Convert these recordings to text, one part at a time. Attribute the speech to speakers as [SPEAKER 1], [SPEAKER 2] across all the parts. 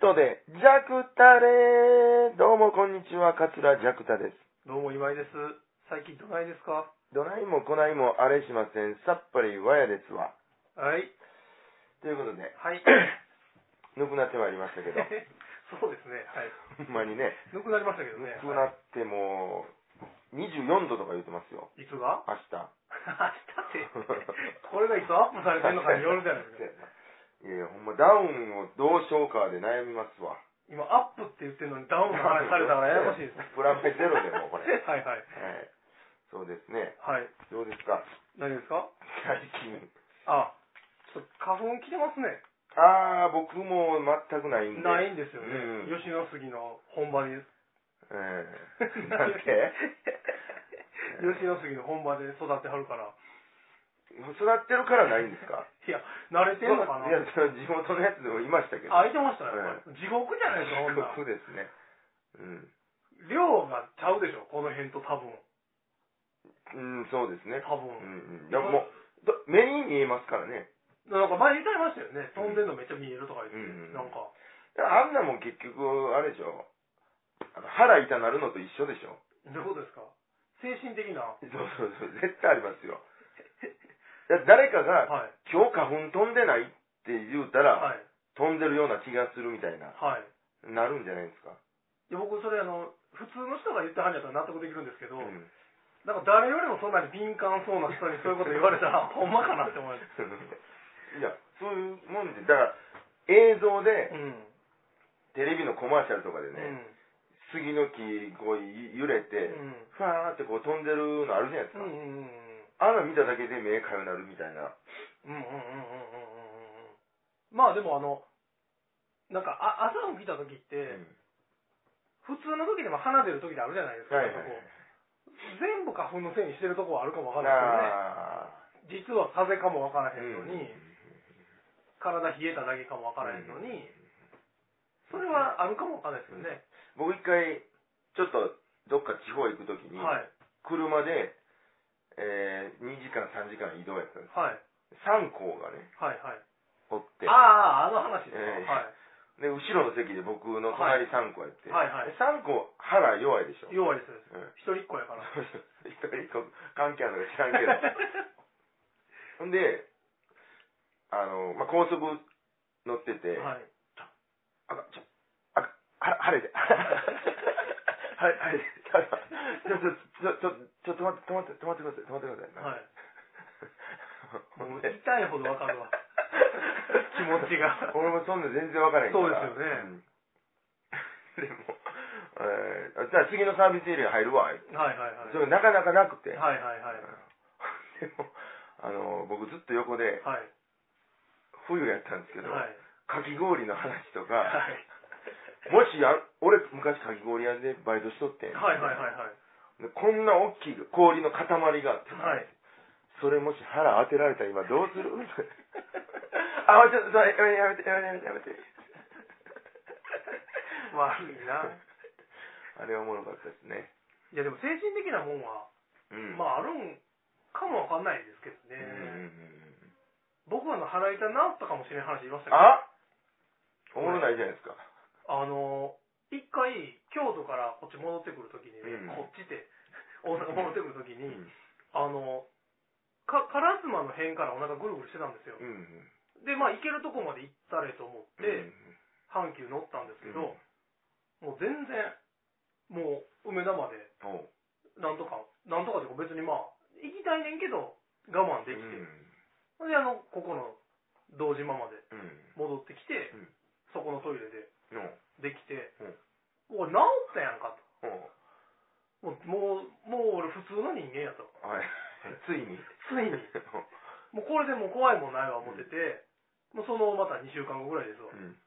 [SPEAKER 1] トで、ジャクタレーどうもこんにちは、桂ジャクタです。
[SPEAKER 2] どうも今井です。最近どないですか
[SPEAKER 1] どないもこないもあれしません。さっぱりわやですわ。
[SPEAKER 2] はい。
[SPEAKER 1] ということで、
[SPEAKER 2] はい。
[SPEAKER 1] ぬくなってまいりましたけど、
[SPEAKER 2] そうですね。はい。
[SPEAKER 1] ほんまにね、
[SPEAKER 2] ぬくなりましたけどね。
[SPEAKER 1] ぬくなってもう、24度とか言ってますよ、
[SPEAKER 2] いつが
[SPEAKER 1] 明日。
[SPEAKER 2] 明日って。これがいつアップされてんのかによるじゃない ですか。
[SPEAKER 1] いやいや、ほんまダウンをどうしようかで悩みますわ。
[SPEAKER 2] 今、アップって言ってるのにダウンの話されたからややこしいですね。
[SPEAKER 1] プラマイゼロでもうこれ
[SPEAKER 2] はいはい。
[SPEAKER 1] はい。そうですね。
[SPEAKER 2] はい。
[SPEAKER 1] どうですか
[SPEAKER 2] 何ですか
[SPEAKER 1] 最近。
[SPEAKER 2] あ、ちょっと花粉来てますね。
[SPEAKER 1] ああ、僕も全くないんで。
[SPEAKER 2] ないんですよ
[SPEAKER 1] うん
[SPEAKER 2] ね。吉野杉の本場です。
[SPEAKER 1] ええなんで
[SPEAKER 2] 吉野杉の本場で育てはるから。
[SPEAKER 1] 育ってるからないんですか
[SPEAKER 2] いや、慣れてんのかない
[SPEAKER 1] や、その地元のやつでもいましたけど。
[SPEAKER 2] あ、開いてましたね、
[SPEAKER 1] う
[SPEAKER 2] 地獄じゃないですか、ほんなら
[SPEAKER 1] そうですね。うん。
[SPEAKER 2] 量がちゃうでしょ、この辺と多分。
[SPEAKER 1] うん、そうですね。
[SPEAKER 2] 多
[SPEAKER 1] う
[SPEAKER 2] 分。
[SPEAKER 1] ん、うん。でももう、ど目に見えますからね。
[SPEAKER 2] なんか前言ってましたよね。飛んでんのめっちゃ見えるとか言って。
[SPEAKER 1] うん
[SPEAKER 2] なんか、
[SPEAKER 1] あんなもん結局、あれでしょ。あの腹痛なるのと一緒でしょ。
[SPEAKER 2] どうですか精神的な。
[SPEAKER 1] そうそうそう。絶対ありますよ。だ誰かが、
[SPEAKER 2] はい。
[SPEAKER 1] 今日花粉飛んでないって言うたら、
[SPEAKER 2] はい。
[SPEAKER 1] 飛んでるような気がするみたいな、
[SPEAKER 2] はい。
[SPEAKER 1] なるんじゃないですか。
[SPEAKER 2] で僕、それあの、普通の人が言ってはんやったら納得できるんですけど、
[SPEAKER 1] うん
[SPEAKER 2] なんか誰よりもそんなに敏感そうな人にそういうこと言われたら、ほんまかなって思います。
[SPEAKER 1] いや、そういうもんで、だから、映像で
[SPEAKER 2] う、ん。
[SPEAKER 1] テレビのコマーシャルとかで
[SPEAKER 2] う
[SPEAKER 1] ね、
[SPEAKER 2] ん。
[SPEAKER 1] 杉の木、こう、揺れ
[SPEAKER 2] う
[SPEAKER 1] て、
[SPEAKER 2] ん。
[SPEAKER 1] ふわーってこう飛んでるのあるじゃないです
[SPEAKER 2] う
[SPEAKER 1] か。
[SPEAKER 2] んうんうんうん。
[SPEAKER 1] あんなの見ただけで目かゆなるみたいな。
[SPEAKER 2] うんうんうんうんうんうんうんまあでもあのなんかあ朝起きた時って、普通の時でも鼻出る時であるじゃないですか、
[SPEAKER 1] はいはい
[SPEAKER 2] なんかこう全部花粉のせいにしてるとこはあるかもわからない
[SPEAKER 1] あ
[SPEAKER 2] ですよね実は風邪かもわから
[SPEAKER 1] ー
[SPEAKER 2] へんのに、
[SPEAKER 1] うん
[SPEAKER 2] 体冷えただけかもわからへんのに、それはあるかもわからないですよね、
[SPEAKER 1] 僕一回、ちょっと、どっか地方行くときに、
[SPEAKER 2] はい
[SPEAKER 1] 車で、えー、2時間、3時間移動やったんです。
[SPEAKER 2] はい
[SPEAKER 1] 3校がね、
[SPEAKER 2] はいはい
[SPEAKER 1] おって。
[SPEAKER 2] あああの話ですか、
[SPEAKER 1] ええ
[SPEAKER 2] はい
[SPEAKER 1] で、後ろの席で僕の隣3個やって。
[SPEAKER 2] はいはい
[SPEAKER 1] で3個腹弱いでしょ。
[SPEAKER 2] 弱いです
[SPEAKER 1] うん。
[SPEAKER 2] 一人っ子やから
[SPEAKER 1] 一人一個関係あるのか知らんけど。ほんで、あの、まあ、高速乗ってて、
[SPEAKER 2] はい
[SPEAKER 1] あかん、ちょ、あかん、腹腹 痛い。はい、はい、ちょ、ちょ、ちょ、ちょ、ちょ、止まって、止まって、止まってください、止まってください。
[SPEAKER 2] はい
[SPEAKER 1] ほ
[SPEAKER 2] も
[SPEAKER 1] ん
[SPEAKER 2] う痛
[SPEAKER 1] で
[SPEAKER 2] いほどわかるわ気持ちが
[SPEAKER 1] 俺もそんな全然わからへんから
[SPEAKER 2] そうですよね、
[SPEAKER 1] うんでも、えー、じゃあ次のサービスエリア入るわ、
[SPEAKER 2] はいはいはい
[SPEAKER 1] それがなかなかなくて、
[SPEAKER 2] はいはいはい
[SPEAKER 1] でもあの僕ずっと横で
[SPEAKER 2] はい
[SPEAKER 1] 冬やったんですけど、
[SPEAKER 2] はい
[SPEAKER 1] かき氷の話とか、
[SPEAKER 2] はい
[SPEAKER 1] もしや俺昔かき氷屋でバイトしとってん
[SPEAKER 2] はいはいはいはい。
[SPEAKER 1] でこんな大きい氷の塊があって、
[SPEAKER 2] はい
[SPEAKER 1] それもし腹当てられたら今どう するあちょっとやめてやめてやめてやめ て
[SPEAKER 2] 悪いな。
[SPEAKER 1] あれはおもろかったですね
[SPEAKER 2] いやでも精神的なもんは、
[SPEAKER 1] うん
[SPEAKER 2] まああるんかもわかんないですけど
[SPEAKER 1] うんうんうんう
[SPEAKER 2] ね。
[SPEAKER 1] ん
[SPEAKER 2] 僕はあの腹痛になったかもしれん話言いましたけど、
[SPEAKER 1] あおもろないじゃないですか
[SPEAKER 2] あの、一回京都からこっち戻ってくるときにね、
[SPEAKER 1] うん
[SPEAKER 2] こっちで 大阪戻ってくるとき
[SPEAKER 1] う
[SPEAKER 2] に、
[SPEAKER 1] ん
[SPEAKER 2] あの、か烏丸の辺からお腹ぐるぐるしてたんですよ。
[SPEAKER 1] うん
[SPEAKER 2] で、まあ行けるとこまで行ったれと思っ
[SPEAKER 1] うん
[SPEAKER 2] て、阪急乗ったんですけど、もう全然、もう梅田まで
[SPEAKER 1] うんおう
[SPEAKER 2] なんとか、なんとかでも別にまあ、行きたいねんけど、我慢できて。ほん、で、あの、ここの、堂島まで
[SPEAKER 1] うんうん
[SPEAKER 2] 戻ってきて、
[SPEAKER 1] うん
[SPEAKER 2] そこのトイレで
[SPEAKER 1] おう
[SPEAKER 2] できて、おい治ったやんかと。
[SPEAKER 1] おう
[SPEAKER 2] もう、もう、もう俺普通の人間やと。
[SPEAKER 1] はいついに
[SPEAKER 2] ついに、もうこれでもう怖いもんないわ思ってて、もうそのまた2週間後ぐらいですわ
[SPEAKER 1] う。ん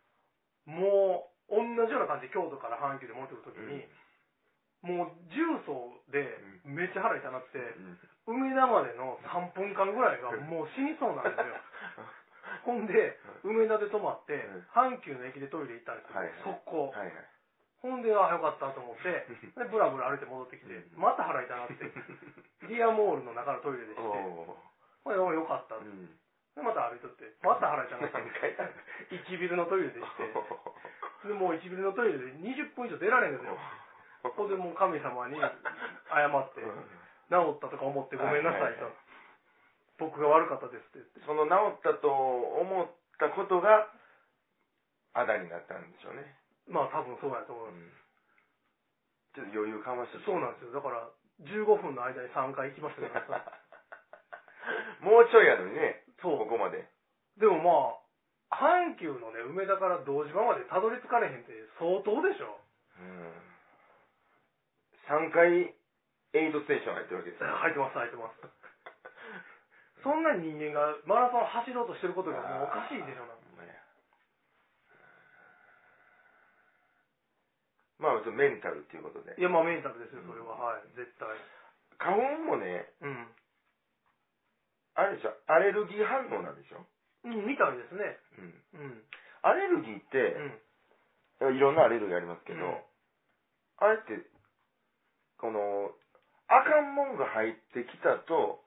[SPEAKER 2] もう、同じような感じで京都から阪急で戻ってくるとき
[SPEAKER 1] うん
[SPEAKER 2] に、もう重曹でめっちゃ腹痛なって、
[SPEAKER 1] うん
[SPEAKER 2] 梅田までの3分間ぐらいがもう死にそうなんです よ。ほんで、梅田で泊まって、
[SPEAKER 1] うん
[SPEAKER 2] 阪急の駅でトイレ行ったんですよ、
[SPEAKER 1] はいはい
[SPEAKER 2] 速攻。
[SPEAKER 1] はいはい
[SPEAKER 2] ほんで、あ、よかったと思って、で、ブラブラ歩いて戻ってきて、また腹痛 なって、リアモールの中のトイレでして、
[SPEAKER 1] おう
[SPEAKER 2] これ、およかった。
[SPEAKER 1] う
[SPEAKER 2] で、
[SPEAKER 1] ん
[SPEAKER 2] また歩いとって、また腹痛
[SPEAKER 1] 何
[SPEAKER 2] なって、
[SPEAKER 1] 回だ
[SPEAKER 2] 1ビルのトイレでして、でもう1ミリのトイレで20分以上出られんですよここでもう神様 に謝って治ったとか思ってごめんなさいと、
[SPEAKER 1] はいはいはい
[SPEAKER 2] 僕が悪かったですって言って
[SPEAKER 1] その治ったと思ったことが、あだになったんでしょうね。
[SPEAKER 2] まあ多分そうやと思
[SPEAKER 1] う
[SPEAKER 2] いま
[SPEAKER 1] んち
[SPEAKER 2] す、
[SPEAKER 1] ょっと余裕かまして
[SPEAKER 2] そうなん
[SPEAKER 1] す。
[SPEAKER 2] ですよだから15分の間に3回行きましたから
[SPEAKER 1] もうちょいやのにね、
[SPEAKER 2] そう
[SPEAKER 1] ここまで。
[SPEAKER 2] でもまあ阪急のね梅田から堂島までたどり着かれへんって相当でしょ
[SPEAKER 1] うん。3回、エイドステーション入ってるわけですよ。
[SPEAKER 2] 入ってます 入ってますそんな人間がマラソン走ろうとしてることがもうおかしいでしょな
[SPEAKER 1] ほんまやまあ、ちょっとメンタルっていうことで
[SPEAKER 2] い。やまあメンタルですよそれは、はい絶対
[SPEAKER 1] 花粉もね、
[SPEAKER 2] うん
[SPEAKER 1] あれでしょ、アレルギー反応なんでしょ。
[SPEAKER 2] うんみたいですね
[SPEAKER 1] うん。
[SPEAKER 2] うん
[SPEAKER 1] アレルギーって、
[SPEAKER 2] うん
[SPEAKER 1] いろんなアレルギーありますけど、
[SPEAKER 2] うん
[SPEAKER 1] あれって、この、あかんもんが入ってきたと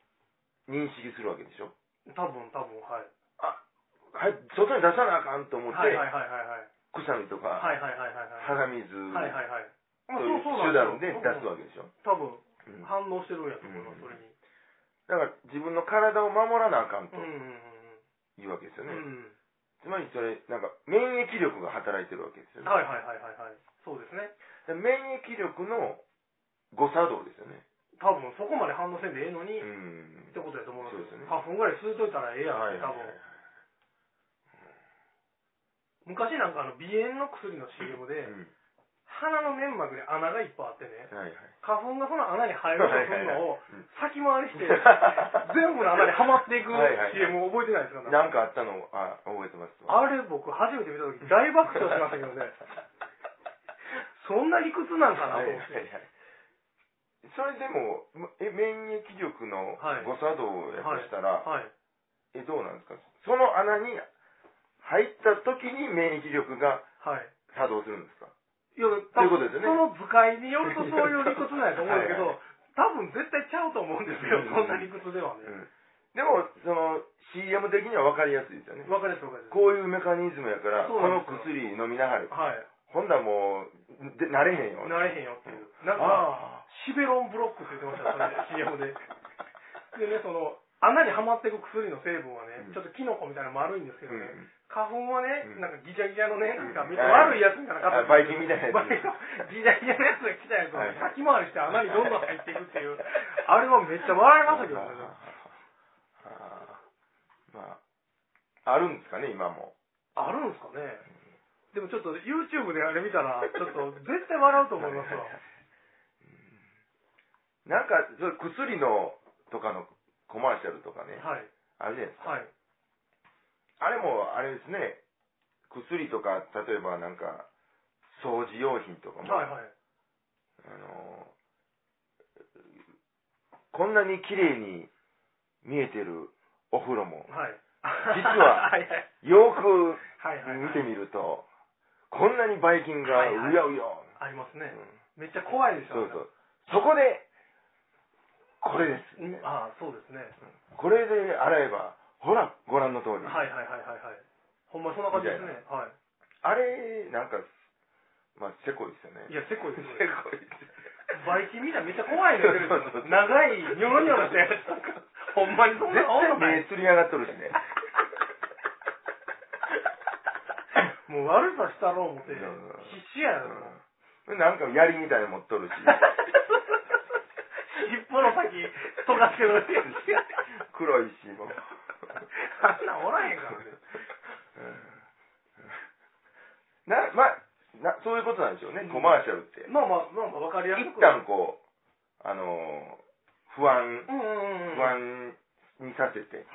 [SPEAKER 1] 認識するわけでしょ
[SPEAKER 2] 多分多分はい
[SPEAKER 1] はい、外に出さなあかんと思って、
[SPEAKER 2] はいはいはいはいはい
[SPEAKER 1] くしゃみとか、
[SPEAKER 2] はいはいはいはいはい
[SPEAKER 1] 鼻水、
[SPEAKER 2] はいはいはいまあ
[SPEAKER 1] そういう
[SPEAKER 2] そう
[SPEAKER 1] 手
[SPEAKER 2] なん
[SPEAKER 1] 段
[SPEAKER 2] で
[SPEAKER 1] です
[SPEAKER 2] よ
[SPEAKER 1] 出すわけでしょ、うんだ
[SPEAKER 2] 多分反応してるんやと思いま
[SPEAKER 1] うん
[SPEAKER 2] す、それに
[SPEAKER 1] から自分の体を守らなあかんと
[SPEAKER 2] うん
[SPEAKER 1] いうわけですよ
[SPEAKER 2] うん
[SPEAKER 1] ね。
[SPEAKER 2] うんうん
[SPEAKER 1] つまりそれ、なんか免疫力が働いてるわけですよね。
[SPEAKER 2] はいはいはいはいはいそうですね
[SPEAKER 1] で免疫力の誤作動ですよね。
[SPEAKER 2] 多分そこまで反応せんでええのに、
[SPEAKER 1] うん。
[SPEAKER 2] ってことやと思うんで
[SPEAKER 1] そ
[SPEAKER 2] す
[SPEAKER 1] うですね
[SPEAKER 2] よ花粉ぐらい吸うといたらええやん、
[SPEAKER 1] はいはいはい
[SPEAKER 2] 多分昔なんかあの鼻炎の薬の CM で、
[SPEAKER 1] うん
[SPEAKER 2] 鼻の粘膜に穴がいっぱいあってね
[SPEAKER 1] はいはい。
[SPEAKER 2] 花粉がその穴に入ろうとするのを
[SPEAKER 1] うん
[SPEAKER 2] 先回りして 全部の穴にはまってい く
[SPEAKER 1] はいはいはい
[SPEAKER 2] CM を覚えてないですかね
[SPEAKER 1] なんかあったのあ覚えてます
[SPEAKER 2] あれ僕初めて見た時大爆笑しましたけど ねそんな理屈なんかなと思っ
[SPEAKER 1] はい
[SPEAKER 2] て、
[SPEAKER 1] はいそれでもえ免疫力の
[SPEAKER 2] はい
[SPEAKER 1] 誤作動やとしたら、
[SPEAKER 2] はい、
[SPEAKER 1] えどうなんですかその穴に入った時に免疫力が
[SPEAKER 2] はい
[SPEAKER 1] 作動するんですか
[SPEAKER 2] いや、
[SPEAKER 1] ということですよね
[SPEAKER 2] その図解によるとそういう理屈なんやと思うんだけど、
[SPEAKER 1] はい
[SPEAKER 2] 多分絶対ちゃうと思うんですよ、
[SPEAKER 1] うん
[SPEAKER 2] そんな理屈では
[SPEAKER 1] う
[SPEAKER 2] ね。
[SPEAKER 1] んでもその CM 的には分かりやすいですよね
[SPEAKER 2] わかりますわかります。
[SPEAKER 1] こういうメカニズムやから
[SPEAKER 2] そう
[SPEAKER 1] こ
[SPEAKER 2] なん
[SPEAKER 1] の
[SPEAKER 2] ですよ
[SPEAKER 1] 薬飲みながら
[SPEAKER 2] はい。
[SPEAKER 1] ほんならもうでなれへんよ
[SPEAKER 2] なれへんよっていう。なん
[SPEAKER 1] あ
[SPEAKER 2] か、シベロンブロックって言ってましたよ、 それで CM で。でね、その、穴にはまっていく薬の成分はね、
[SPEAKER 1] うん
[SPEAKER 2] ちょっとキノコみたいな丸いんです
[SPEAKER 1] ー
[SPEAKER 2] け
[SPEAKER 1] う
[SPEAKER 2] どね、
[SPEAKER 1] ん
[SPEAKER 2] 花粉はね、
[SPEAKER 1] うん
[SPEAKER 2] なんかギチャギチャのね、なんか
[SPEAKER 1] うん
[SPEAKER 2] めっちゃ悪いやつみたいな
[SPEAKER 1] あ
[SPEAKER 2] 形
[SPEAKER 1] バイキンみたいなやつ
[SPEAKER 2] バイキンギチャギチャのやつが来たやつを
[SPEAKER 1] はいはい
[SPEAKER 2] 先回りして穴にどんどん入っていくっていう、あれはめっちゃ笑いましたけどね。
[SPEAKER 1] あーまあ、あるんですかね、今も。
[SPEAKER 2] あるんですかね。でもちょっと YouTube であれ見たら、ちょっと絶対笑うと思 いますわ。
[SPEAKER 1] なんか、それ薬のとかのコマーシャルとかね、
[SPEAKER 2] はい。
[SPEAKER 1] あるじゃないですか。
[SPEAKER 2] はい。
[SPEAKER 1] あれも、あれですね、薬とか、例えばなんか、掃除用品とかも、
[SPEAKER 2] はいはい。
[SPEAKER 1] あのこんなに綺麗に見えてるお風呂も、
[SPEAKER 2] はい。
[SPEAKER 1] 実は
[SPEAKER 2] はいはい。
[SPEAKER 1] よく
[SPEAKER 2] はいはいはい
[SPEAKER 1] 見てみると、こんなにばい菌がうやうや。
[SPEAKER 2] ありますね
[SPEAKER 1] う。ん
[SPEAKER 2] めっちゃ怖いでし
[SPEAKER 1] そ
[SPEAKER 2] ょ。
[SPEAKER 1] うそう。そこで、これです、
[SPEAKER 2] うんああ、そうですね。
[SPEAKER 1] これで洗えば、ほら、ご覧の通り。
[SPEAKER 2] はいはいはいはいはい。ほんまそんな感じですね
[SPEAKER 1] み。
[SPEAKER 2] は
[SPEAKER 1] あれ、なんか、まあ、せこいですよね。
[SPEAKER 2] い。いや、せこいです
[SPEAKER 1] せ
[SPEAKER 2] ね。
[SPEAKER 1] こいです
[SPEAKER 2] バイキンみたいなめっちゃ怖いね。
[SPEAKER 1] そうそうそう
[SPEAKER 2] 長い、ニョロニョロしたやつとか。ほんまにそんな青
[SPEAKER 1] 絶
[SPEAKER 2] のな
[SPEAKER 1] 対
[SPEAKER 2] い
[SPEAKER 1] 目。つり上がっとるしね。
[SPEAKER 2] もう悪さしたろう思って、
[SPEAKER 1] うん
[SPEAKER 2] 必死やろ。
[SPEAKER 1] うんなんか、槍みたいなの持っとるし、
[SPEAKER 2] 尻尾の先、尖ってるだけや
[SPEAKER 1] 黒いし、もう。
[SPEAKER 2] あんなんおらへんからね。
[SPEAKER 1] な、まあ、なそういうことなんでしょうね、
[SPEAKER 2] うん
[SPEAKER 1] コマーシャルって。
[SPEAKER 2] まあまあ、まあまあ、わかりやす
[SPEAKER 1] 一
[SPEAKER 2] く。
[SPEAKER 1] 旦こう、あのー不安、
[SPEAKER 2] うんうんうん。
[SPEAKER 1] 不
[SPEAKER 2] はい。
[SPEAKER 1] 安にさせて、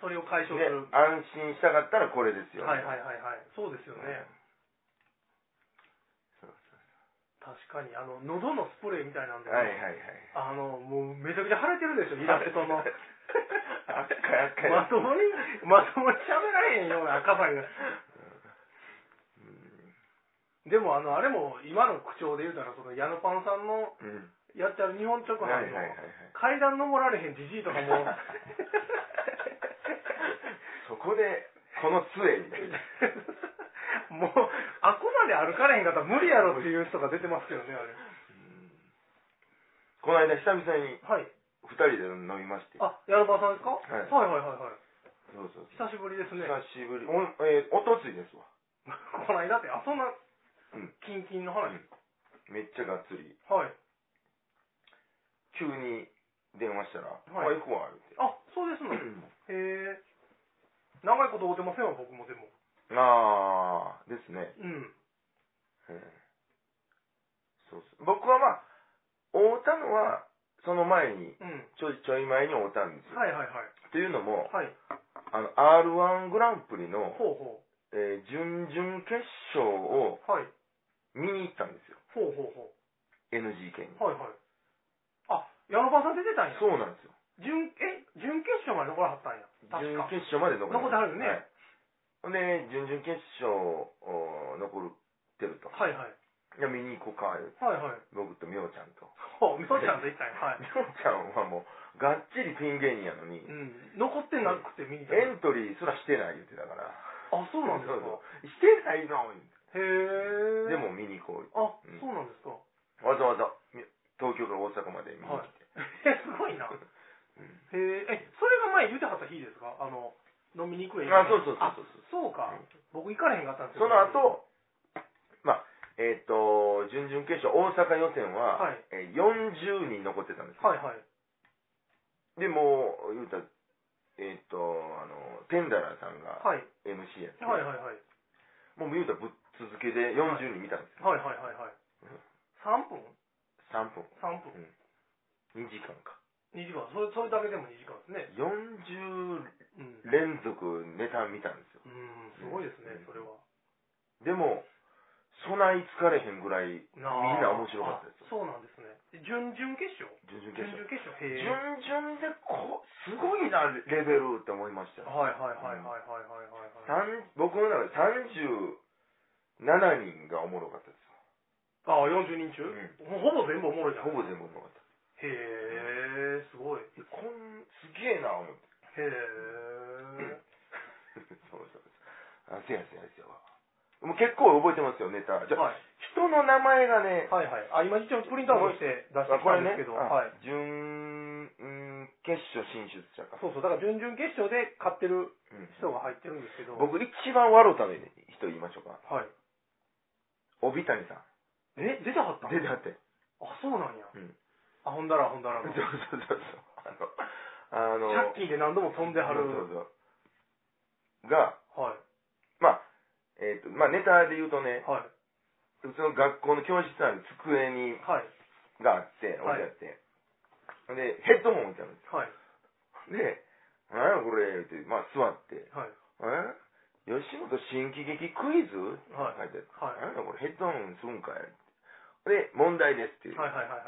[SPEAKER 2] それを解
[SPEAKER 1] で
[SPEAKER 2] 消する。
[SPEAKER 1] 安心したかったらこれですよ、
[SPEAKER 2] はいはいはいはい。そうですよね。
[SPEAKER 1] そう
[SPEAKER 2] 確かに、あの、喉のスプレーみたいなんで、
[SPEAKER 1] はいはいはい。
[SPEAKER 2] あの、もうめちゃくちゃ腫れてるでしょ、イラストの。
[SPEAKER 1] あっかいあっかい。
[SPEAKER 2] まともに、まともに喋らへんような赤さが。でも、あの、あれも今の口調で言うたら、その、矢野パンさんの
[SPEAKER 1] うん。
[SPEAKER 2] やってある日本直
[SPEAKER 1] はいはい
[SPEAKER 2] 販
[SPEAKER 1] はいはい。
[SPEAKER 2] の階段登られへんじじいとか も、
[SPEAKER 1] そこで、この杖みたいな。
[SPEAKER 2] もう、あくまで歩かれへんかったら無理やろっていう人が出てますけどね、あれ。
[SPEAKER 1] この間久々に
[SPEAKER 2] はい。
[SPEAKER 1] 二人で飲みまして。
[SPEAKER 2] あ、ヤルバーさんですか、
[SPEAKER 1] い
[SPEAKER 2] はいはいはいはい。
[SPEAKER 1] そうそう。
[SPEAKER 2] 久しぶりです
[SPEAKER 1] 久
[SPEAKER 2] ね。
[SPEAKER 1] しぶり。お、えー、おとついですわ。
[SPEAKER 2] この間って、あ、そんな
[SPEAKER 1] うん、
[SPEAKER 2] キンキンの話。
[SPEAKER 1] うんめっちゃがっつり。
[SPEAKER 2] はい。
[SPEAKER 1] 急に電話したら、
[SPEAKER 2] は
[SPEAKER 1] あ、
[SPEAKER 2] い
[SPEAKER 1] 行くわ、言って。
[SPEAKER 2] あ、そうですの。へえ。長いこと会うてませんわ、僕もでも。
[SPEAKER 1] あー、ですね。
[SPEAKER 2] うん。
[SPEAKER 1] うんそうそう僕はまあ、会うたのは、その前に、
[SPEAKER 2] うん。
[SPEAKER 1] ちょいちょい前に会うたんですよ。
[SPEAKER 2] はいはいはい。
[SPEAKER 1] っていうのも、
[SPEAKER 2] はい。
[SPEAKER 1] あの、R1 グランプリの、
[SPEAKER 2] ほうほ
[SPEAKER 1] えー準々決勝を
[SPEAKER 2] う。はい。
[SPEAKER 1] 見に行ったんですよ。
[SPEAKER 2] ほうほうほ
[SPEAKER 1] NGK に。
[SPEAKER 2] う。はいはい。あ、ヤルバーさん出てたんや。
[SPEAKER 1] そうなんですよ。
[SPEAKER 2] 準、え、準決勝まで残らはったんや。確
[SPEAKER 1] 準
[SPEAKER 2] か。
[SPEAKER 1] 決勝まで残
[SPEAKER 2] 残ってはるよね
[SPEAKER 1] はいほんで、準々決勝、お残ってると。
[SPEAKER 2] はいはい。
[SPEAKER 1] いや、見に行こうか、言うて
[SPEAKER 2] はいはい。
[SPEAKER 1] 僕とみょうちゃんと。
[SPEAKER 2] そう、みそちゃんと行ったんや。はい
[SPEAKER 1] み。ょうちゃんはもう、がっちりピン芸人やのに、
[SPEAKER 2] うん。残ってなくて見に行った。
[SPEAKER 1] エントリーすらしてない言ってたから。
[SPEAKER 2] あ、そうなんで
[SPEAKER 1] そう
[SPEAKER 2] すか。
[SPEAKER 1] そうしてないの言うて
[SPEAKER 2] へえ。
[SPEAKER 1] で、も見に行こう。
[SPEAKER 2] あ、
[SPEAKER 1] うん
[SPEAKER 2] そうなんですか。
[SPEAKER 1] わざわざ、み東京から大阪まで見に来
[SPEAKER 2] はい
[SPEAKER 1] て。
[SPEAKER 2] え、すごい な。へえ、え、それが前言うてはった日ですかあの、飲みに行くえ。
[SPEAKER 1] あ、そうそうそうそうそう。
[SPEAKER 2] そうか。僕行かれへんかったんです
[SPEAKER 1] そ
[SPEAKER 2] よ。
[SPEAKER 1] の、後、まあ、えっ、と、準々決勝、大阪予選は、
[SPEAKER 2] はい
[SPEAKER 1] えー40人残ってたんですよ。
[SPEAKER 2] はいはい。
[SPEAKER 1] で、もう、言うたら、えっ、と、あの、テンダラーさんが
[SPEAKER 2] はい。
[SPEAKER 1] MC やって、
[SPEAKER 2] はいはいはい。
[SPEAKER 1] もう言うたらぶっ続けで40人見たんですよ。
[SPEAKER 2] はいはいはいはい。3分
[SPEAKER 1] 3分、
[SPEAKER 2] ?3 分。
[SPEAKER 1] 2時間か。
[SPEAKER 2] 2時間。それ、それだけでも2時間ですね。
[SPEAKER 1] 40
[SPEAKER 2] うん。
[SPEAKER 1] 連続ネタ見たんですよ。
[SPEAKER 2] うん、すごいですね、それは。
[SPEAKER 1] でも、そない疲れへんぐらい、みん
[SPEAKER 2] なあ
[SPEAKER 1] な面白かったです
[SPEAKER 2] あそうなんですね。準々決勝
[SPEAKER 1] 準々決
[SPEAKER 2] 準
[SPEAKER 1] 勝。
[SPEAKER 2] 々決勝。へ
[SPEAKER 1] 準
[SPEAKER 2] え。
[SPEAKER 1] 々でこ、すごいな、レベルって思いましたよ。
[SPEAKER 2] はいはいはいはいはいはいはい、はい。
[SPEAKER 1] 三僕の中で37人がおもろかったです
[SPEAKER 2] ああ、40人中、
[SPEAKER 1] う
[SPEAKER 2] ほぼ全部おもろいじ
[SPEAKER 1] よ。
[SPEAKER 2] ゃん。
[SPEAKER 1] ほぼ全部おもろかった。
[SPEAKER 2] へえ、すごい。へ
[SPEAKER 1] でこん、すげえな、思って。
[SPEAKER 2] え。
[SPEAKER 1] そうそうそう。あ、せやせやせやわ。もう結構覚えてますよ、ネタ。じゃあ、
[SPEAKER 2] はい、
[SPEAKER 1] 人の名前がね、
[SPEAKER 2] はいはい。あ、今一応プリントアウトして出して
[SPEAKER 1] あ
[SPEAKER 2] き
[SPEAKER 1] これ
[SPEAKER 2] たんで
[SPEAKER 1] ね
[SPEAKER 2] すけど、、
[SPEAKER 1] あ
[SPEAKER 2] はい。
[SPEAKER 1] 準、うん、決勝進出者か。
[SPEAKER 2] そうそう、だから準々決勝で買って
[SPEAKER 1] う
[SPEAKER 2] る
[SPEAKER 1] ん
[SPEAKER 2] 人が入ってるんですけど、
[SPEAKER 1] 僕一番笑うたの人言いましょうか。
[SPEAKER 2] はい。
[SPEAKER 1] 帯谷さん。
[SPEAKER 2] え、出てはった
[SPEAKER 1] 出てはって。
[SPEAKER 2] あ、そうなんや。
[SPEAKER 1] うん
[SPEAKER 2] あ、ほんだらほんだら
[SPEAKER 1] そうそ
[SPEAKER 2] の。
[SPEAKER 1] うそう
[SPEAKER 2] 借
[SPEAKER 1] そう。あの、あの、
[SPEAKER 2] 金で何度も飛んで は
[SPEAKER 1] そう
[SPEAKER 2] る。
[SPEAKER 1] そうそうが、
[SPEAKER 2] はい。
[SPEAKER 1] まあ、えっ、と、まあネタで言うとね、
[SPEAKER 2] はい。
[SPEAKER 1] うちの学校の教室なんで机に、
[SPEAKER 2] はい。
[SPEAKER 1] があって、置い
[SPEAKER 2] はい
[SPEAKER 1] てあって、で、ヘッドホン置いてあるんで
[SPEAKER 2] はい。
[SPEAKER 1] すで、なんやこれ、って、まあ座って、
[SPEAKER 2] はい。
[SPEAKER 1] え吉本新喜劇クイズって書
[SPEAKER 2] はい
[SPEAKER 1] いてあって、
[SPEAKER 2] はい。
[SPEAKER 1] なんやこれヘッドホンすんかいで、問題ですっていう。
[SPEAKER 2] はいはいはいはい。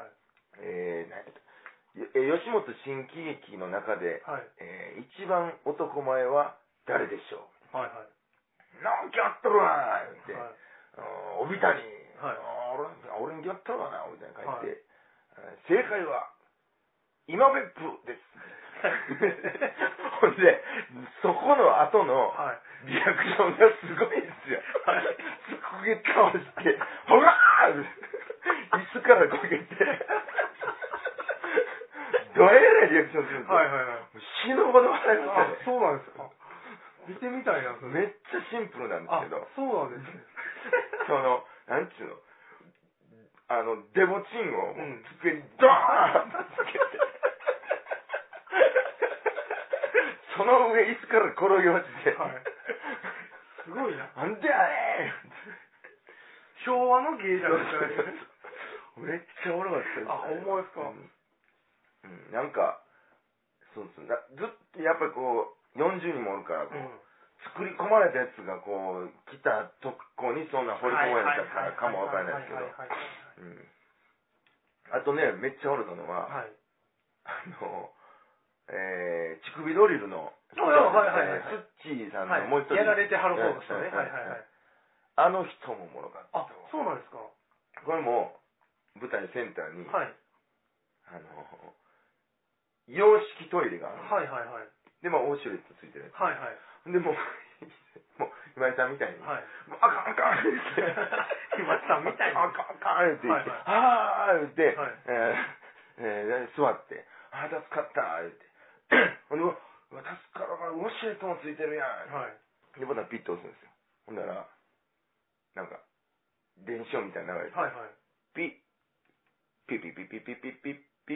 [SPEAKER 1] えー、なんやったよえー吉本新喜劇の中で、
[SPEAKER 2] はい
[SPEAKER 1] えー一番男前は誰でしょ
[SPEAKER 2] はいは
[SPEAKER 1] うなんかやっとるわーっ
[SPEAKER 2] い。
[SPEAKER 1] て、
[SPEAKER 2] はい
[SPEAKER 1] お帯谷、
[SPEAKER 2] はい
[SPEAKER 1] あー俺俺にやったわなみたいな感じで、あー正解は今別府です ほんでそこの後の
[SPEAKER 2] はい。
[SPEAKER 1] リアクションがすごいんですよ
[SPEAKER 2] はい
[SPEAKER 1] 机倒して「ほらー!」椅子からこけてどえらいリアクションするんですよ、
[SPEAKER 2] はいはいはい。
[SPEAKER 1] 死ぬほど笑いました
[SPEAKER 2] あ
[SPEAKER 1] ね、
[SPEAKER 2] そうなんですか。見てみたいな、そ
[SPEAKER 1] め
[SPEAKER 2] れ。
[SPEAKER 1] っちゃシンプルなんで
[SPEAKER 2] あ
[SPEAKER 1] すけど、
[SPEAKER 2] そうなんですね。
[SPEAKER 1] その、なんちゅうの、あの、デボチンを
[SPEAKER 2] うん
[SPEAKER 1] 机にドーンとつけ て、その上椅子から転げ落ちて、
[SPEAKER 2] はいすごいな。
[SPEAKER 1] なんでやね
[SPEAKER 2] 昭和の芸じゃないですかね。
[SPEAKER 1] んめっちゃおもろかったです、
[SPEAKER 2] あほんまですか
[SPEAKER 1] うんうんなんか、そうそう、なずっとやっぱりこう、40人もおるから、こ
[SPEAKER 2] う。
[SPEAKER 1] うん作り込まれたやつがこう、来たとこにそんな掘り込まれたからかもわからないですけど
[SPEAKER 2] は、はいは
[SPEAKER 1] うん
[SPEAKER 2] い
[SPEAKER 1] あとね、めっちゃおるたのは、
[SPEAKER 2] はいはい。はい
[SPEAKER 1] あの、えー、乳首ドリルの、
[SPEAKER 2] あはいはいはいはい
[SPEAKER 1] スッチーさん
[SPEAKER 2] はい
[SPEAKER 1] のもう一人、
[SPEAKER 2] やられてはる方ですよね。
[SPEAKER 1] うん
[SPEAKER 2] はいはいはい。
[SPEAKER 1] あの人もおもろかった
[SPEAKER 2] あ
[SPEAKER 1] と。、
[SPEAKER 2] そうなんですか。は
[SPEAKER 1] これも、舞台センターに、
[SPEAKER 2] い。
[SPEAKER 1] あの、洋式トイレがある。
[SPEAKER 2] はいはいはい。
[SPEAKER 1] で、まあ、オシュレットついてるや
[SPEAKER 2] はいはい。
[SPEAKER 1] つ。で、もう、 もう、今井さんみたいに、
[SPEAKER 2] はい。
[SPEAKER 1] もうあかんあかんって言って、
[SPEAKER 2] 今井さんみたいに
[SPEAKER 1] あかんあかんって言って、
[SPEAKER 2] は
[SPEAKER 1] あ
[SPEAKER 2] い
[SPEAKER 1] ーって言って、
[SPEAKER 2] はい
[SPEAKER 1] えーえー座って、あー、助かったーって。ほんで、うわ助かるから、ウォシュレットもついてるやん。
[SPEAKER 2] はい。
[SPEAKER 1] で、ボタンピッと押すんですよ。ほんなら、なんか、電子音みたいなの流れて、
[SPEAKER 2] はい。はい。
[SPEAKER 1] ピッ、ピッピッピッピッピッピッピ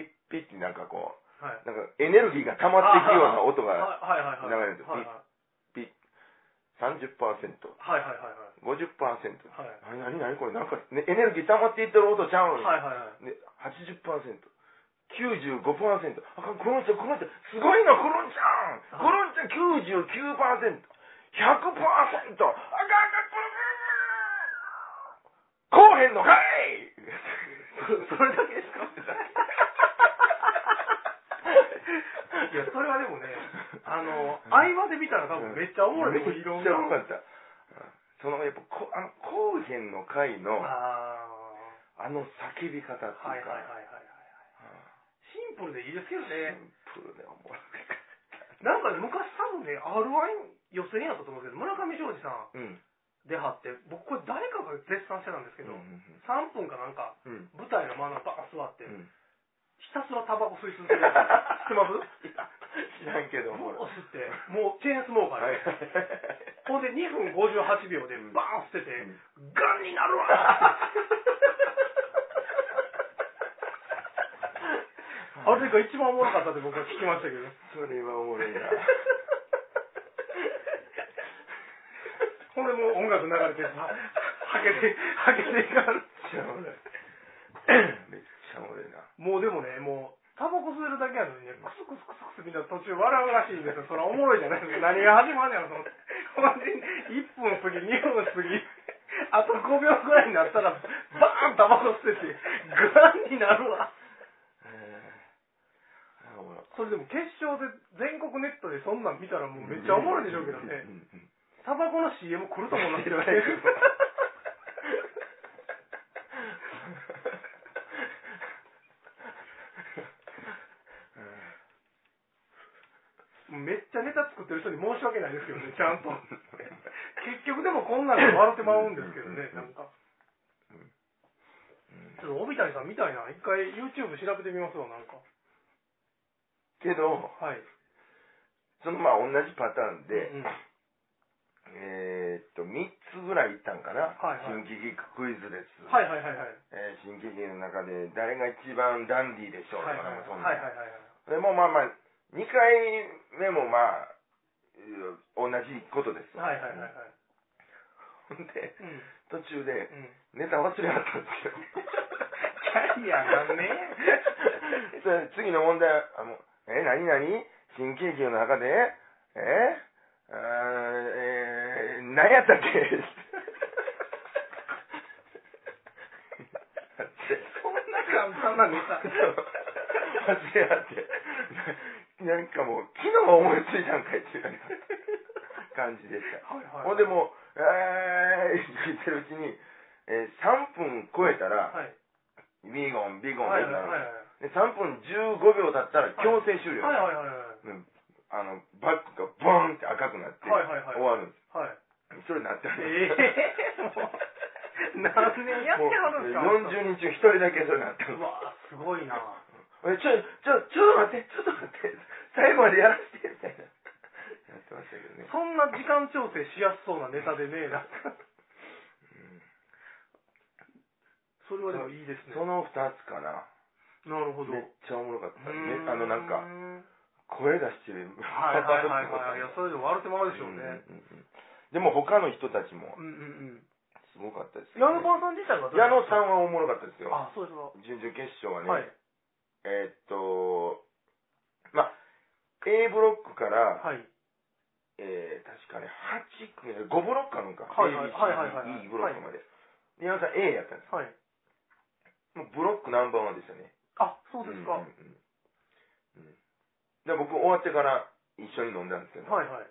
[SPEAKER 1] ッピッってなんかこう、
[SPEAKER 2] はい。
[SPEAKER 1] なんかエネルギーが溜まっていくような音が
[SPEAKER 2] はいはいはい。
[SPEAKER 1] 流れてる
[SPEAKER 2] はいはい
[SPEAKER 1] 30%、50%。
[SPEAKER 2] はいはいはいはい。
[SPEAKER 1] 何何何これなんか、ね、エネルギー溜まっていってる音ちゃうのに、
[SPEAKER 2] はいはいはい。
[SPEAKER 1] ね、80%。95%。あかん、この人、この人、すごいの、コロンちゃんコロンちゃん 99%!100%! あかん、あかん、コロンこうへんのかい
[SPEAKER 2] そそれだけですかいや、それはでもね、あの、合間で見たら多分めっちゃおもろいとこ
[SPEAKER 1] めっ
[SPEAKER 2] い
[SPEAKER 1] ちゃ
[SPEAKER 2] ろ
[SPEAKER 1] 面
[SPEAKER 2] ん
[SPEAKER 1] 白か
[SPEAKER 2] な。
[SPEAKER 1] った。その、やっぱ、こあの、こうへんの会の、あ
[SPEAKER 2] あ
[SPEAKER 1] の叫び方ってい
[SPEAKER 2] ーはい
[SPEAKER 1] う
[SPEAKER 2] はいはいはい
[SPEAKER 1] か、
[SPEAKER 2] はい。シンプルでいいですけど
[SPEAKER 1] シ
[SPEAKER 2] ね。
[SPEAKER 1] ンプルで思う。
[SPEAKER 2] なんかね、昔多分ね、R1 予選やったと思うんですけど、村上庄司さん
[SPEAKER 1] うん。
[SPEAKER 2] 出はって、僕これ誰かが絶賛してたんですけど、3分かなんか、
[SPEAKER 1] うん。うん。
[SPEAKER 2] 舞台の真ん中バーン座って、
[SPEAKER 1] うん
[SPEAKER 2] ひたすらタバコ吸い続 けるやつ。知ってます
[SPEAKER 1] いや知らんけども。
[SPEAKER 2] もう吸って、もうチェーンスモーカーで。ほんで2分58秒でバーン捨てて、ガンになるわ あれが一番おもろかったって僕は聞きましたけど。
[SPEAKER 1] それはおもろいな。
[SPEAKER 2] ほんでもう音楽流れてさ、はけて、はけていかはる。
[SPEAKER 1] めっちゃおもろい。めっちゃおもろいな。
[SPEAKER 2] もうでもね、もう、タバコ吸えるだけやのにね、クスクスクスクスみんな途中笑うらしいんですよ。それはおもろいじゃないですか。何が始まんねやろと思って。ほんで、1分過ぎ、2分過ぎ、あと5秒ぐらいになったら、バーンタバコ吸ってて、ガンになるわ。
[SPEAKER 1] あおもろい
[SPEAKER 2] それでも決勝で、全国ネットでそんなん見たらもうめっちゃおもろいでしょうけどね。
[SPEAKER 1] んうん
[SPEAKER 2] タバコの CM 来ると思うんだけどね。めっちゃネタ作ってる人に申し訳ないですけどね、ちゃんと。結局でもこんなの笑ってまうんですけどね、なんか。ちょっと帯谷さんみたいな、一回 YouTube 調べてみますわ、なんか。
[SPEAKER 1] けど、
[SPEAKER 2] はい。
[SPEAKER 1] そのまあ同じパターンで、
[SPEAKER 2] うん、
[SPEAKER 1] えーっと、3つぐらい行ったんかな。
[SPEAKER 2] はいは
[SPEAKER 1] 新
[SPEAKER 2] い
[SPEAKER 1] 喜劇クイズです。
[SPEAKER 2] はいはいはいはい。
[SPEAKER 1] えー新喜劇の中で誰が一番ダンディーでしょうと
[SPEAKER 2] はい
[SPEAKER 1] か
[SPEAKER 2] はい
[SPEAKER 1] なんかそんな
[SPEAKER 2] はいは
[SPEAKER 1] で
[SPEAKER 2] いはい。
[SPEAKER 1] もまあまあ、2回目もまあ、う同じことですよ。
[SPEAKER 2] はいはいはいはい。
[SPEAKER 1] ほんで、途
[SPEAKER 2] うん。
[SPEAKER 1] 中で
[SPEAKER 2] うん。
[SPEAKER 1] ネタ忘れはったんですよ。
[SPEAKER 2] キャリアがね。
[SPEAKER 1] それ次の問題、あもうえ、何何新喜劇の中で、えあーえー、何やったっけ
[SPEAKER 2] そん な簡単なネタ。
[SPEAKER 1] 忘れはって。ななんかもう、昨日思いついたんかいっていうような感じでした。
[SPEAKER 2] はいはい。
[SPEAKER 1] ほんでもう、えー、言ってるうちに、えー3分超えたら、
[SPEAKER 2] はい。
[SPEAKER 1] ビゴン、ビゴン、
[SPEAKER 2] はい
[SPEAKER 1] ビ
[SPEAKER 2] はいはい
[SPEAKER 1] ゴ
[SPEAKER 2] はい
[SPEAKER 1] ン。。で、3分15秒経ったら強制終了。
[SPEAKER 2] はいはいはいはい。
[SPEAKER 1] うんあの、バックがボーンって赤くなって、
[SPEAKER 2] はいはいはい
[SPEAKER 1] 終わるんで
[SPEAKER 2] はい。
[SPEAKER 1] す。それなっては
[SPEAKER 2] え
[SPEAKER 1] る
[SPEAKER 2] えもう、 何年やってはるんですか
[SPEAKER 1] もう
[SPEAKER 2] 40
[SPEAKER 1] 40人中1人だけそれなってる
[SPEAKER 2] うわすごいな
[SPEAKER 1] え、ちょ、ちょ、ちょっと待って、ちょっと待って、 最後までやらせて、みたいな。 やってましたけどね。
[SPEAKER 2] そんな時間調整しやすそうなネタでねなんかそれはでもいいですね
[SPEAKER 1] その2つかな。
[SPEAKER 2] なるほど
[SPEAKER 1] めっちゃおもろかった。ね
[SPEAKER 2] うー、
[SPEAKER 1] あの、なんか、
[SPEAKER 2] は
[SPEAKER 1] 声出してる。
[SPEAKER 2] いはいはいは いいやそれでも笑ってまうでしょうね
[SPEAKER 1] うんうんうんでも他の人たちも
[SPEAKER 2] うんうんうん
[SPEAKER 1] すごかったです、
[SPEAKER 2] 矢野パンさん自体がどう
[SPEAKER 1] 矢野さんはおもろかったですよ。
[SPEAKER 2] あそうですか
[SPEAKER 1] 準々決勝はね、
[SPEAKER 2] はい
[SPEAKER 1] えーっと、まあ、A ブロックから、
[SPEAKER 2] はい
[SPEAKER 1] えー、確かね、8組、5ブロックあるんか、
[SPEAKER 2] はいはい
[SPEAKER 1] A B C D
[SPEAKER 2] はいはいはいはい
[SPEAKER 1] E ブロックまで。で、山田さん A やったんで
[SPEAKER 2] はい
[SPEAKER 1] す。もうブロックナンバーワンでしたね。
[SPEAKER 2] あそうですか
[SPEAKER 1] んんんうんで、僕終わってから一緒に飲んだんですけど、
[SPEAKER 2] はいはい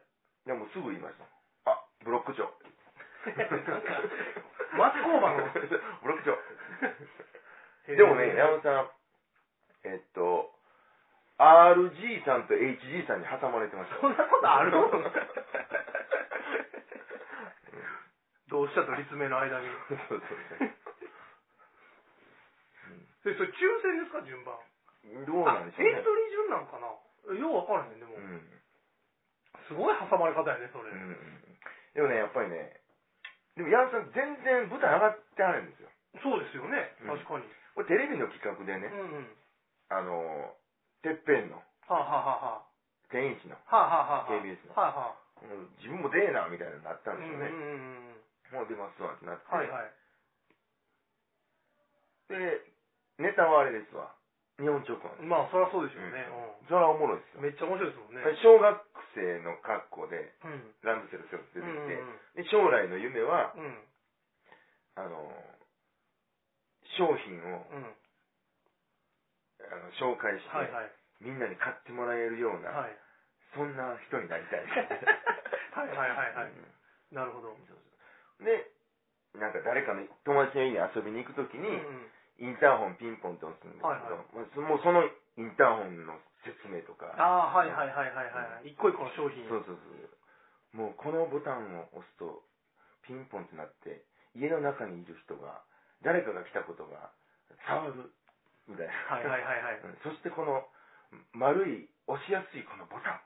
[SPEAKER 1] でもすぐ言いました。あ、ブロック 長。
[SPEAKER 2] なんか松工場 の
[SPEAKER 1] ブロック長。でもね、
[SPEAKER 2] へー
[SPEAKER 1] 山本さん、えっと、RG さんと HG さんに挟まれてました。
[SPEAKER 2] そんなことある
[SPEAKER 1] うん
[SPEAKER 2] 同志社と立命の間に。
[SPEAKER 1] そうそう
[SPEAKER 2] で、それ抽選ですか、順番。
[SPEAKER 1] そう。どうなんでしょう
[SPEAKER 2] あエ
[SPEAKER 1] ね
[SPEAKER 2] ント。リー順なんかなよう分からへん、でも。
[SPEAKER 1] うん
[SPEAKER 2] すごい挟まれ方やね、それ。
[SPEAKER 1] うんでもね、やっぱりね、でも矢野さん全然舞台上がってはるんですよ。
[SPEAKER 2] そうですよね、
[SPEAKER 1] うん
[SPEAKER 2] 確かに。
[SPEAKER 1] これテレビの企画でね、
[SPEAKER 2] うんうん。
[SPEAKER 1] あのー、てっぺんの、
[SPEAKER 2] はあ、はあは
[SPEAKER 1] 天一の、
[SPEAKER 2] あはあ、はあはあはあはあ。
[SPEAKER 1] KBS の
[SPEAKER 2] はいは
[SPEAKER 1] もう自分も出えな、みたいなのになった
[SPEAKER 2] あ。
[SPEAKER 1] ん
[SPEAKER 2] うん
[SPEAKER 1] で
[SPEAKER 2] う
[SPEAKER 1] すよね。
[SPEAKER 2] んうんうん。
[SPEAKER 1] もう出ますわ、ってなって。
[SPEAKER 2] はいはい。
[SPEAKER 1] で、ネタはあれですわ。日本直後なんです。
[SPEAKER 2] まあ、そりゃそうでしょうね。
[SPEAKER 1] それはおもろいです
[SPEAKER 2] うん
[SPEAKER 1] よ。
[SPEAKER 2] めっちゃ面白いですもんね。
[SPEAKER 1] 小学生の格好で、
[SPEAKER 2] うん。
[SPEAKER 1] ランドセル背負って
[SPEAKER 2] うんうん
[SPEAKER 1] 出てきて、で将来の夢は、
[SPEAKER 2] うん。うん。
[SPEAKER 1] あのー、商品を
[SPEAKER 2] うん。
[SPEAKER 1] あの紹介して、
[SPEAKER 2] はいはい。
[SPEAKER 1] みんなに買ってもらえるような、
[SPEAKER 2] はい。
[SPEAKER 1] そんな人になりたい。
[SPEAKER 2] はいはいはいはい
[SPEAKER 1] うん
[SPEAKER 2] なるほど。
[SPEAKER 1] で、なんか誰かの友達の家に遊びに行くとき
[SPEAKER 2] う
[SPEAKER 1] に、
[SPEAKER 2] ん。
[SPEAKER 1] インターホンピンポンって押すんですけど、
[SPEAKER 2] はいはい
[SPEAKER 1] まあそもうそのインターホンの説明とか、
[SPEAKER 2] ああ、はいはいはいはいはい。一個一個の商品。
[SPEAKER 1] そうそうそう。もうこのボタンを押すと、ピンポンってなって、家の中にいる人が、誰かが来たことが触る、みたいな。
[SPEAKER 2] はいはいはいはい。
[SPEAKER 1] うんそしてこの丸い押しやすいこのボタン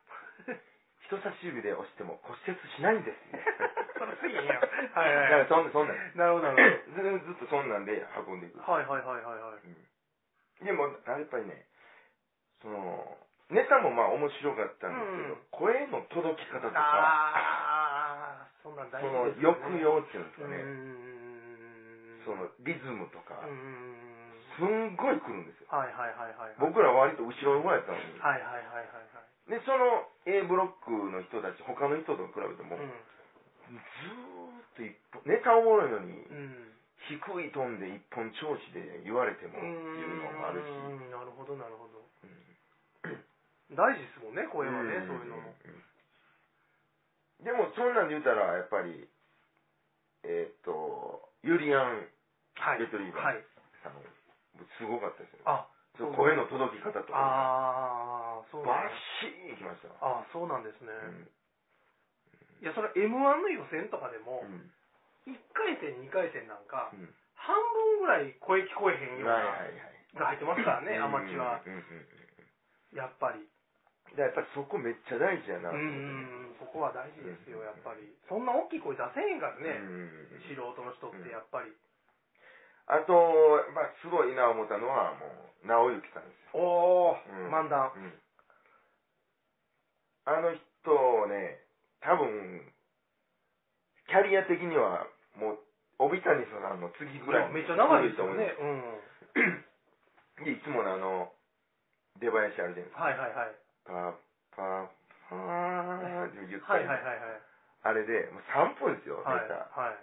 [SPEAKER 1] 人差し指で押しても骨折しないんですね
[SPEAKER 2] それすぎへん やんはいはいはい
[SPEAKER 1] だからそんそんなん
[SPEAKER 2] なるほどなる
[SPEAKER 1] それずっとそんなんで運んでいく
[SPEAKER 2] ほど。はいはいはいはいはい。
[SPEAKER 1] でもやっぱりねそのネタもまあ面白かったんですけど、声の届き方とか
[SPEAKER 2] ああ、そんなん
[SPEAKER 1] そ
[SPEAKER 2] 大
[SPEAKER 1] の
[SPEAKER 2] 事ですよ、ね。
[SPEAKER 1] 抑揚っていうんです
[SPEAKER 2] う
[SPEAKER 1] か
[SPEAKER 2] ん
[SPEAKER 1] ね、そのリズムとか、
[SPEAKER 2] うんうんうん。
[SPEAKER 1] すんごい来るんですよ
[SPEAKER 2] はいはいはいはい。
[SPEAKER 1] 僕ら割と後ろの方やったのに、
[SPEAKER 2] はいはいはいは
[SPEAKER 1] でその A ブロックの人たち他の人と比べても、
[SPEAKER 2] いはい。
[SPEAKER 1] ずーっと一本、ネタおもろいのに、
[SPEAKER 2] うん。うん。
[SPEAKER 1] 低いトーンで一本調子で言われてもっていうのもあるし。
[SPEAKER 2] うんなるほどなるほど。
[SPEAKER 1] うん
[SPEAKER 2] 大事ですもんね、声はね、
[SPEAKER 1] ん
[SPEAKER 2] そういうのも。
[SPEAKER 1] うんでも、そんなんで言うたら、やっぱり、えーっと、ユリアン
[SPEAKER 2] はい。
[SPEAKER 1] レトリーバー
[SPEAKER 2] はい。
[SPEAKER 1] さん、すごかったですよ。
[SPEAKER 2] あ、
[SPEAKER 1] その声の届き方とか、
[SPEAKER 2] ああ、そう
[SPEAKER 1] バ
[SPEAKER 2] なんだ
[SPEAKER 1] シーンいきましたわ。
[SPEAKER 2] ああ、そうなんですね。
[SPEAKER 1] うん
[SPEAKER 2] いや、それ M1 の予選とかでも
[SPEAKER 1] う、ん
[SPEAKER 2] 1回戦、2回戦なんか
[SPEAKER 1] う、ん
[SPEAKER 2] 半分ぐらい声聞こえへんよう
[SPEAKER 1] はいは
[SPEAKER 2] な
[SPEAKER 1] いはい
[SPEAKER 2] が入ってますからね、アマチュア、
[SPEAKER 1] うんうんうんうん
[SPEAKER 2] やっぱり。
[SPEAKER 1] だからやっぱりそこめっちゃ大事やなと
[SPEAKER 2] う
[SPEAKER 1] 思って
[SPEAKER 2] ん、そこは大事ですよ、やっぱり。そんな大きい声出せへんからね、
[SPEAKER 1] うんうんうん
[SPEAKER 2] 素人の人ってやっぱり。
[SPEAKER 1] あと、まあ、すごいな思ったのは、もう、直之さんです
[SPEAKER 2] おー、
[SPEAKER 1] うん
[SPEAKER 2] 漫談。
[SPEAKER 1] よ。あの人ね、多分、キャリア的には、もう、帯谷さんの次ぐらい。
[SPEAKER 2] めっちゃ長いですよね。。うん。
[SPEAKER 1] で、いつものあの、出囃子あるじゃないですか。
[SPEAKER 2] はいはいはい。
[SPEAKER 1] パー、パー、パーって言った
[SPEAKER 2] は
[SPEAKER 1] り
[SPEAKER 2] いはいはいはい。
[SPEAKER 1] あれで、もう3分ですよ、
[SPEAKER 2] はい
[SPEAKER 1] ネタ。
[SPEAKER 2] はい。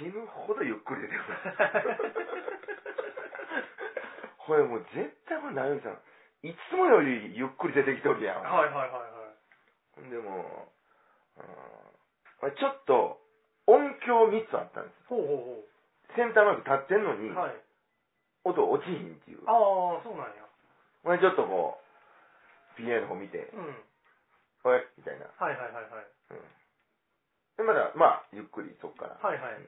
[SPEAKER 1] 死ぬほどゆっくり出てくる。これもう絶対これ直美さん、いつもよりゆっくり出てきとるやん。
[SPEAKER 2] はいはいは
[SPEAKER 1] ほんでもう、うん、ちょっと音響3つあったんで
[SPEAKER 2] い。ほうほうほ
[SPEAKER 1] す。センターマイク立ってんのに
[SPEAKER 2] う。、はい。
[SPEAKER 1] 音落ちひんっていう。
[SPEAKER 2] ああ、そうなんや。
[SPEAKER 1] ほんでちょっとこう、PA の方見て、
[SPEAKER 2] うん。
[SPEAKER 1] おい、みたいな。
[SPEAKER 2] はいはいはいはい。
[SPEAKER 1] うん、で、まだ、まあ、ゆっくりそっから
[SPEAKER 2] はいはい。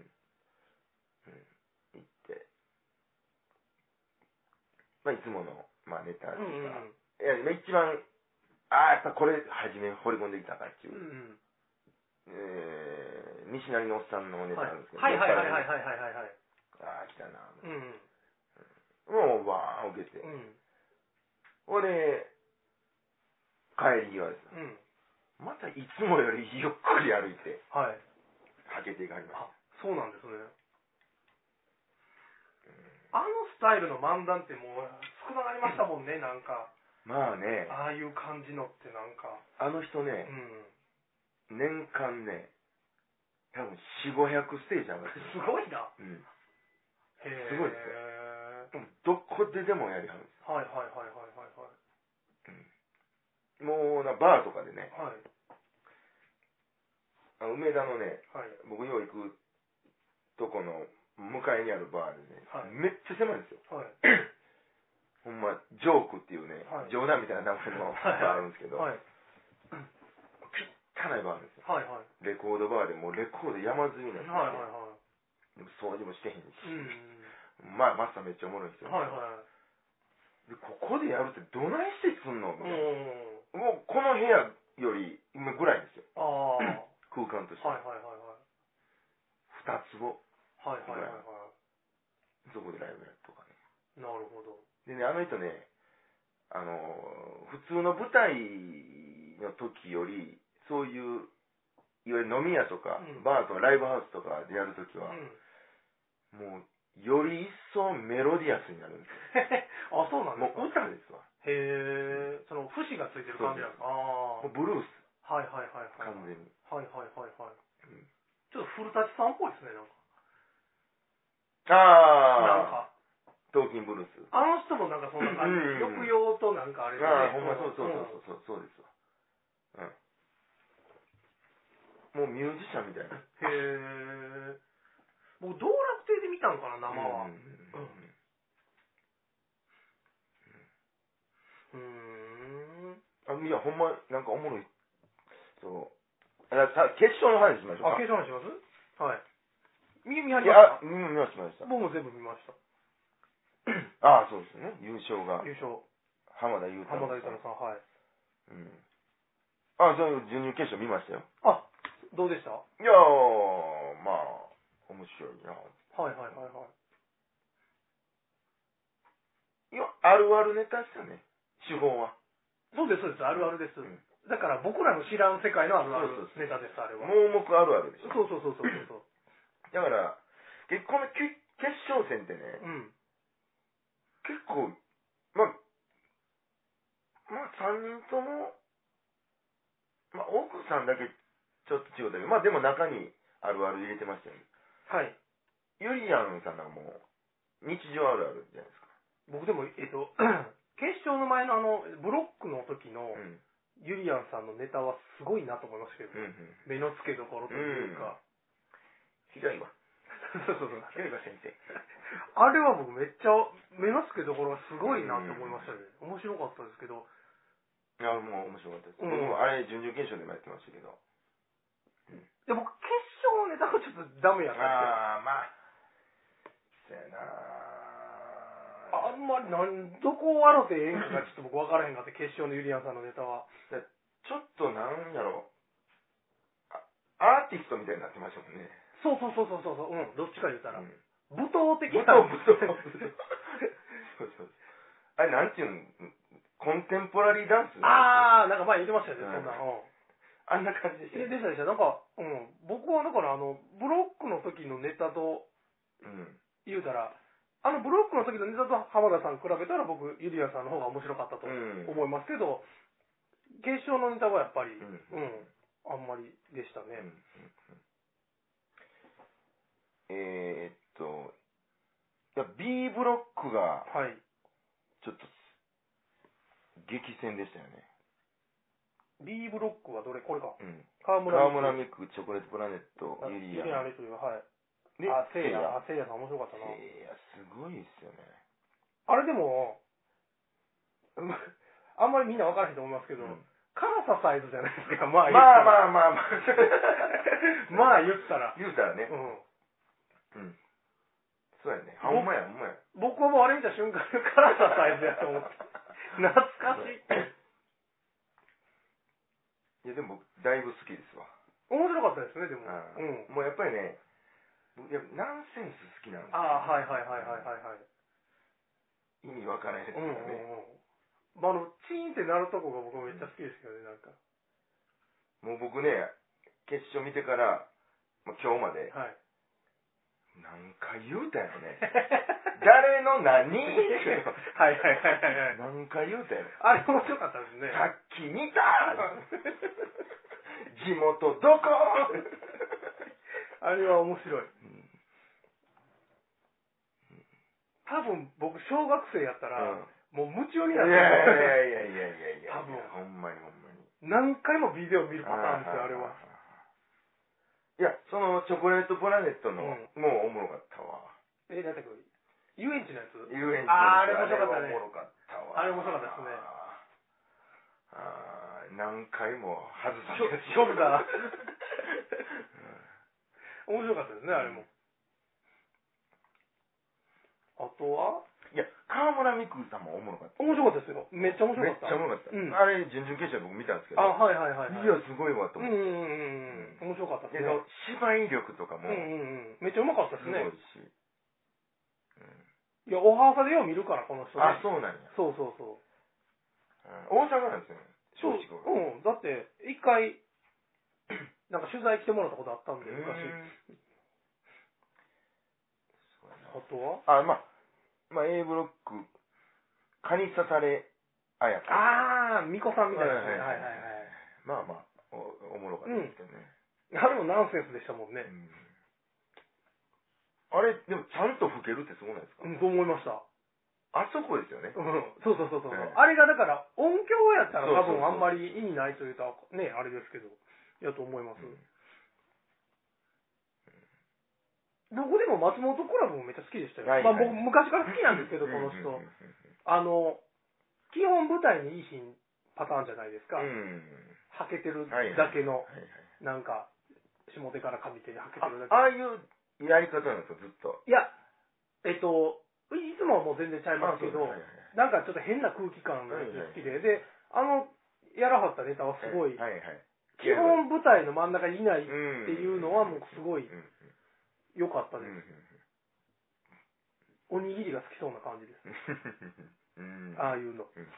[SPEAKER 1] 行って、まあ、いつもの、まあ、ネタって
[SPEAKER 2] うん
[SPEAKER 1] いううか、
[SPEAKER 2] ん
[SPEAKER 1] いや、一番、ああ、やっぱこれ、初め掘り込んできたかっていうう、
[SPEAKER 2] ん。うん
[SPEAKER 1] えー、西成のおっさんの
[SPEAKER 2] うん。
[SPEAKER 1] ネ
[SPEAKER 2] は
[SPEAKER 1] タ
[SPEAKER 2] い
[SPEAKER 1] なんですけど、
[SPEAKER 2] はいはいはいはい
[SPEAKER 1] い、
[SPEAKER 2] はいはいはい。
[SPEAKER 1] ああ、来たな、
[SPEAKER 2] うんう
[SPEAKER 1] も
[SPEAKER 2] ん。
[SPEAKER 1] う、わーん、受けて
[SPEAKER 2] う、ん。
[SPEAKER 1] 俺、帰り際ですよ
[SPEAKER 2] うん。
[SPEAKER 1] またいつもよりゆっくり歩いて、
[SPEAKER 2] はい。
[SPEAKER 1] はけていかれまし
[SPEAKER 2] あ、そうなんですね。あのスタイルの漫談ってもう少なくなりましたもんね、なんか。
[SPEAKER 1] た。まあね、
[SPEAKER 2] ああいう感じのってなんか。
[SPEAKER 1] あの人
[SPEAKER 2] う
[SPEAKER 1] ね、
[SPEAKER 2] ん。
[SPEAKER 1] 年間ね、多分4、500ステージ上がって る
[SPEAKER 2] すごいな。
[SPEAKER 1] うん。
[SPEAKER 2] へえ。
[SPEAKER 1] すごいですねでもどこででもやりはるんで
[SPEAKER 2] はいはいはいはいはい
[SPEAKER 1] す。もうな、バーとかでね、
[SPEAKER 2] はい。はい。
[SPEAKER 1] あの梅田のね、
[SPEAKER 2] はい。
[SPEAKER 1] 僕よう行くとこの向かいにあるバーでね、
[SPEAKER 2] はい
[SPEAKER 1] めっちゃ狭いんですよ。
[SPEAKER 2] はい。
[SPEAKER 1] ほんま、ジョークっていうね、
[SPEAKER 2] はい
[SPEAKER 1] 冗談みたいな名前のバーあるんですけど、
[SPEAKER 2] はい。
[SPEAKER 1] 汚いバーあるんですよ。
[SPEAKER 2] はいはい。
[SPEAKER 1] レコードバーでもうレコード山積みなんですよ、
[SPEAKER 2] はいは
[SPEAKER 1] でも掃除もしてへんし、
[SPEAKER 2] い。うん。
[SPEAKER 1] まあマスターめっちゃおもろい人、
[SPEAKER 2] はいは
[SPEAKER 1] でここでやるってどないしてすんのみた
[SPEAKER 2] い。う
[SPEAKER 1] いな、
[SPEAKER 2] ん。
[SPEAKER 1] もうこの部屋より今ぐらいですよ
[SPEAKER 2] ああ。はい
[SPEAKER 1] 空間として、
[SPEAKER 2] はいはい
[SPEAKER 1] 二坪
[SPEAKER 2] はい。はいはいはいは
[SPEAKER 1] そこでライブやるとかね
[SPEAKER 2] い。なるほど。
[SPEAKER 1] でねあの人ねあのー普通の舞台の時よりそういういわゆる飲み屋とか、
[SPEAKER 2] うん
[SPEAKER 1] バーとかライブハウスとかでやるとき
[SPEAKER 2] う
[SPEAKER 1] は、
[SPEAKER 2] ん。
[SPEAKER 1] もうより一層メロディアスになるんです
[SPEAKER 2] あ、そうなんで
[SPEAKER 1] も
[SPEAKER 2] すか
[SPEAKER 1] う。歌ですわ
[SPEAKER 2] へえ。その節がついてる感じなんですか。ああ
[SPEAKER 1] もう。ブルース
[SPEAKER 2] はいはいはいは
[SPEAKER 1] 完
[SPEAKER 2] い。
[SPEAKER 1] 全に
[SPEAKER 2] はいはいはいはい。
[SPEAKER 1] うん
[SPEAKER 2] ちょっと古舘さんっぽいですね、なんか。なん
[SPEAKER 1] ああ
[SPEAKER 2] か。
[SPEAKER 1] 東京ブルース
[SPEAKER 2] あの人もなんかそんな感じ。
[SPEAKER 1] うん
[SPEAKER 2] 抑揚となんかあれですね
[SPEAKER 1] ああ、ほんまそうそうそうそう、そうですわ。うん。もうミュージシャンみたいな。
[SPEAKER 2] へえ。僕、道楽亭で見たのかな、生は。
[SPEAKER 1] うん
[SPEAKER 2] うーん。
[SPEAKER 1] あ、いや、ほんま、なんかおもろい。そう。あさ決勝の話しましょう
[SPEAKER 2] あ、
[SPEAKER 1] か。
[SPEAKER 2] 計算しますはい。見、見張
[SPEAKER 1] い
[SPEAKER 2] りま
[SPEAKER 1] や、
[SPEAKER 2] し
[SPEAKER 1] 見ました、見ました
[SPEAKER 2] た。僕も全部見ました。
[SPEAKER 1] た。ああ、そうですね。優勝が
[SPEAKER 2] 優勝、
[SPEAKER 1] 浜田優太
[SPEAKER 2] 浜
[SPEAKER 1] 郎
[SPEAKER 2] 田裕太郎さん、はい。
[SPEAKER 1] うん。あ、そういう準々決勝見ましたよ。
[SPEAKER 2] あ、どうでした
[SPEAKER 1] いやー、まあ、面白いな。
[SPEAKER 2] はいはいはいはい。
[SPEAKER 1] いや、あるあるネタしたね。手法は。
[SPEAKER 2] そうです、そうです、あるあるです。
[SPEAKER 1] うん
[SPEAKER 2] だから僕らの知らん世界のあるあ
[SPEAKER 1] そうそ
[SPEAKER 2] る
[SPEAKER 1] うそう
[SPEAKER 2] ネタです、あれは。
[SPEAKER 1] 盲目あるあるでしょ。
[SPEAKER 2] そうそうそうそうそう。
[SPEAKER 1] だから、結この決決勝戦って ね、
[SPEAKER 2] うん。
[SPEAKER 1] 結構、まあ、まあ3人とも、まあ奥さんだけちょっと違うだけど、まあでも中にあるある入れてましたよね。
[SPEAKER 2] はい。
[SPEAKER 1] ゆりやんさんなんかもう、日常あるあるじゃないですか。
[SPEAKER 2] 僕でも、えっと、 決勝の前のあの、ブロックの時の
[SPEAKER 1] うん。うん
[SPEAKER 2] ゆりやんさんのネタはすごいなと思いましたけど、
[SPEAKER 1] うん。
[SPEAKER 2] 目の付けどころというか。
[SPEAKER 1] ひどいわ。
[SPEAKER 2] そうそうそう。
[SPEAKER 1] ひどいわ、先生。
[SPEAKER 2] あれは僕めっちゃ目の付けどころがすごいなって思いましたね。面白かったですけど、
[SPEAKER 1] いや、もう面白かったです。
[SPEAKER 2] うん
[SPEAKER 1] 僕もあれ、準々決勝でもやってましたけど。
[SPEAKER 2] で僕決勝のネタがちょっとダメやなって。
[SPEAKER 1] ああ、まあ、そやな
[SPEAKER 2] あんまりなん、どこを笑ってええんかがちょっと僕分からへんかって、決勝のゆりやんさんのネタは。
[SPEAKER 1] ちょっとなんやろあアーティストみたいになってましたもんね。
[SPEAKER 2] そうそうそうそうそう、うん、どっちか言うたら。
[SPEAKER 1] うん
[SPEAKER 2] 舞踏的
[SPEAKER 1] 舞
[SPEAKER 2] な。
[SPEAKER 1] 踏、舞踏、舞踏。そうそう。あれ、なんていうんコンテンポラリーダンスあ
[SPEAKER 2] あー、なんか前言ってましたよ
[SPEAKER 1] う
[SPEAKER 2] ね、
[SPEAKER 1] ん
[SPEAKER 2] そんな。
[SPEAKER 1] あ
[SPEAKER 2] うん。
[SPEAKER 1] んな感じでした
[SPEAKER 2] えで
[SPEAKER 1] よね。
[SPEAKER 2] したでした。なんか、うん、僕はだからあの、ブロックの時のネタと
[SPEAKER 1] うん。
[SPEAKER 2] 言うたら、あのブロックの時のネタと浜田さん比べたら僕、ゆりやんさんの方が面白かったと
[SPEAKER 1] うん。
[SPEAKER 2] 思いますけど、決勝のネタはやっぱり、
[SPEAKER 1] う
[SPEAKER 2] うんん、あんまりでした
[SPEAKER 1] うんう
[SPEAKER 2] ね。
[SPEAKER 1] んえーっと、いや、B ブロックが、
[SPEAKER 2] はい。
[SPEAKER 1] ちょっと、激戦でしたよね。
[SPEAKER 2] B ブロックはどれこれか。
[SPEAKER 1] うん。
[SPEAKER 2] 川村
[SPEAKER 1] 川村ミク、チョコレートプラネット、ユリ
[SPEAKER 2] ゆり
[SPEAKER 1] ア
[SPEAKER 2] やん
[SPEAKER 1] ン。
[SPEAKER 2] という、はい。
[SPEAKER 1] で
[SPEAKER 2] あ、せい
[SPEAKER 1] せいや
[SPEAKER 2] や、あ、せいやさん面白かったな。
[SPEAKER 1] いや、すごいですよね。
[SPEAKER 2] あれでも、うんあんまりみんな分からへんと思いますけど、辛さサイズじゃないですか、まあ言
[SPEAKER 1] まあ
[SPEAKER 2] あ
[SPEAKER 1] まあまあまあ。
[SPEAKER 2] まあ言ったら。
[SPEAKER 1] 言うたらね
[SPEAKER 2] う。ん。
[SPEAKER 1] うん。そうやね。あ、ほんまや、ほんまや。
[SPEAKER 2] 僕はもうあれ見た瞬間、辛さサイズやと思って。懐かしい。
[SPEAKER 1] いや、でも僕、だいぶ好きですわ。
[SPEAKER 2] 面白かったですね、でも。
[SPEAKER 1] う
[SPEAKER 2] うん。
[SPEAKER 1] もうやっぱりね、僕いや、ナンセンス好きなんですよ
[SPEAKER 2] ああ、はいはいはいはいはいはい。
[SPEAKER 1] 意味わからへんです
[SPEAKER 2] う
[SPEAKER 1] よ
[SPEAKER 2] んうん
[SPEAKER 1] ね。
[SPEAKER 2] うん。まあ、あの、チーンってなるとこが僕めっちゃ好きですけどね、なん か。
[SPEAKER 1] もう僕ね、決勝見てから、まあ、今日まで、
[SPEAKER 2] はい。
[SPEAKER 1] 何回言うたやろ ね。誰の何
[SPEAKER 2] はいはいはいはいはい。
[SPEAKER 1] 何回言うたやろ。
[SPEAKER 2] あれ面白かったですね。
[SPEAKER 1] さっき見た地元どこ
[SPEAKER 2] あれは面白い。多分僕、小学生やったら、 もう夢中
[SPEAKER 1] い
[SPEAKER 2] に
[SPEAKER 1] や
[SPEAKER 2] なっ
[SPEAKER 1] い
[SPEAKER 2] て
[SPEAKER 1] やいやいやいやいや
[SPEAKER 2] 多分
[SPEAKER 1] ほんまにほんまに
[SPEAKER 2] 何回もビデオ見るパターンですよ、あれは。
[SPEAKER 1] いやそのチョコレートプラネットの、
[SPEAKER 2] うん
[SPEAKER 1] もうおもろかったわ
[SPEAKER 2] え、なんだっけ遊園地のやつ
[SPEAKER 1] 遊園地の
[SPEAKER 2] あーあれ面白かった
[SPEAKER 1] あ
[SPEAKER 2] ね
[SPEAKER 1] れはおもろかったわ
[SPEAKER 2] あれ面白かったですね
[SPEAKER 1] あー何回も外さ
[SPEAKER 2] ショショルダー 面白かったですね、あれも。あとはい
[SPEAKER 1] や、河村美空さんもおもろかっ
[SPEAKER 2] 面白かったですよ。めっちゃ面
[SPEAKER 1] た。め
[SPEAKER 2] 白
[SPEAKER 1] っ
[SPEAKER 2] か
[SPEAKER 1] ち
[SPEAKER 2] った。
[SPEAKER 1] ゃおもろかった。
[SPEAKER 2] うん
[SPEAKER 1] あれ、準々決勝僕見たんですけど、
[SPEAKER 2] あ、はいはいはい、はい。
[SPEAKER 1] いや、すごいわと
[SPEAKER 2] うん
[SPEAKER 1] 思っ
[SPEAKER 2] うん
[SPEAKER 1] て。
[SPEAKER 2] うんうん。面白かったで
[SPEAKER 1] ですそ
[SPEAKER 2] ね。
[SPEAKER 1] の芝居力とか
[SPEAKER 2] う
[SPEAKER 1] も、
[SPEAKER 2] んうんうん。めっちゃうまかったですす
[SPEAKER 1] ごい
[SPEAKER 2] ね。
[SPEAKER 1] し。
[SPEAKER 2] いや、おはーさでよう見るから、この人。
[SPEAKER 1] あ、そうなんや。
[SPEAKER 2] そうそうそう。
[SPEAKER 1] うん大阪なんですよね。
[SPEAKER 2] そう、
[SPEAKER 1] 松竹は
[SPEAKER 2] うん。だって、一回、 なんか取材来てもらったことあったんで、昔。
[SPEAKER 1] うんそうやな
[SPEAKER 2] あとは
[SPEAKER 1] あ、まあ、まあ、A ブロック、蚊に刺され、あやか。
[SPEAKER 2] あー、巫女さんみたいな、ね。
[SPEAKER 1] はいはいはい
[SPEAKER 2] はい
[SPEAKER 1] まあまあ、おおもろかったですけどね。
[SPEAKER 2] はい。あれもナンセンスでしたもんね。
[SPEAKER 1] うんあれ、でもちゃんと吹けるってすごないですか、
[SPEAKER 2] うん、と思いました。
[SPEAKER 1] あそこですよね。
[SPEAKER 2] うん、そうそうそうそう。
[SPEAKER 1] ね
[SPEAKER 2] あれがだから、音響やったら多
[SPEAKER 1] そうそう
[SPEAKER 2] 分
[SPEAKER 1] そう
[SPEAKER 2] あんまり意味ないというか、ね、あれですけど、やと思います。どこでも松本コラボもめっちゃ好きでしたよ。
[SPEAKER 1] はい
[SPEAKER 2] まあ
[SPEAKER 1] はい
[SPEAKER 2] 僕、昔から好きなんですけど、この人。あの、基本舞台にいいシーンパターンじゃないですか。
[SPEAKER 1] うん。
[SPEAKER 2] は
[SPEAKER 1] うん
[SPEAKER 2] けてる
[SPEAKER 1] はいはい
[SPEAKER 2] だけ
[SPEAKER 1] は
[SPEAKER 2] の、
[SPEAKER 1] いはい
[SPEAKER 2] なんか、下手から上手にはけてるだけ
[SPEAKER 1] ああ
[SPEAKER 2] の。
[SPEAKER 1] いうやり方なんですよ、ずっと。
[SPEAKER 2] いや、えっと、いつもはもう全然ちゃいますけど、
[SPEAKER 1] はいはいはい
[SPEAKER 2] なんかちょっと変な空気感が好きで、で、あの、やらはったネタはすごい、
[SPEAKER 1] はいはい。
[SPEAKER 2] 基本舞台の真ん中にいないっ
[SPEAKER 1] って
[SPEAKER 2] いうのはもうすごい
[SPEAKER 1] うんうん
[SPEAKER 2] 良かった
[SPEAKER 1] う
[SPEAKER 2] で
[SPEAKER 1] ん
[SPEAKER 2] す。おにぎりが好きそうな感じです。
[SPEAKER 1] うんうん
[SPEAKER 2] ああいうの。
[SPEAKER 1] うんうん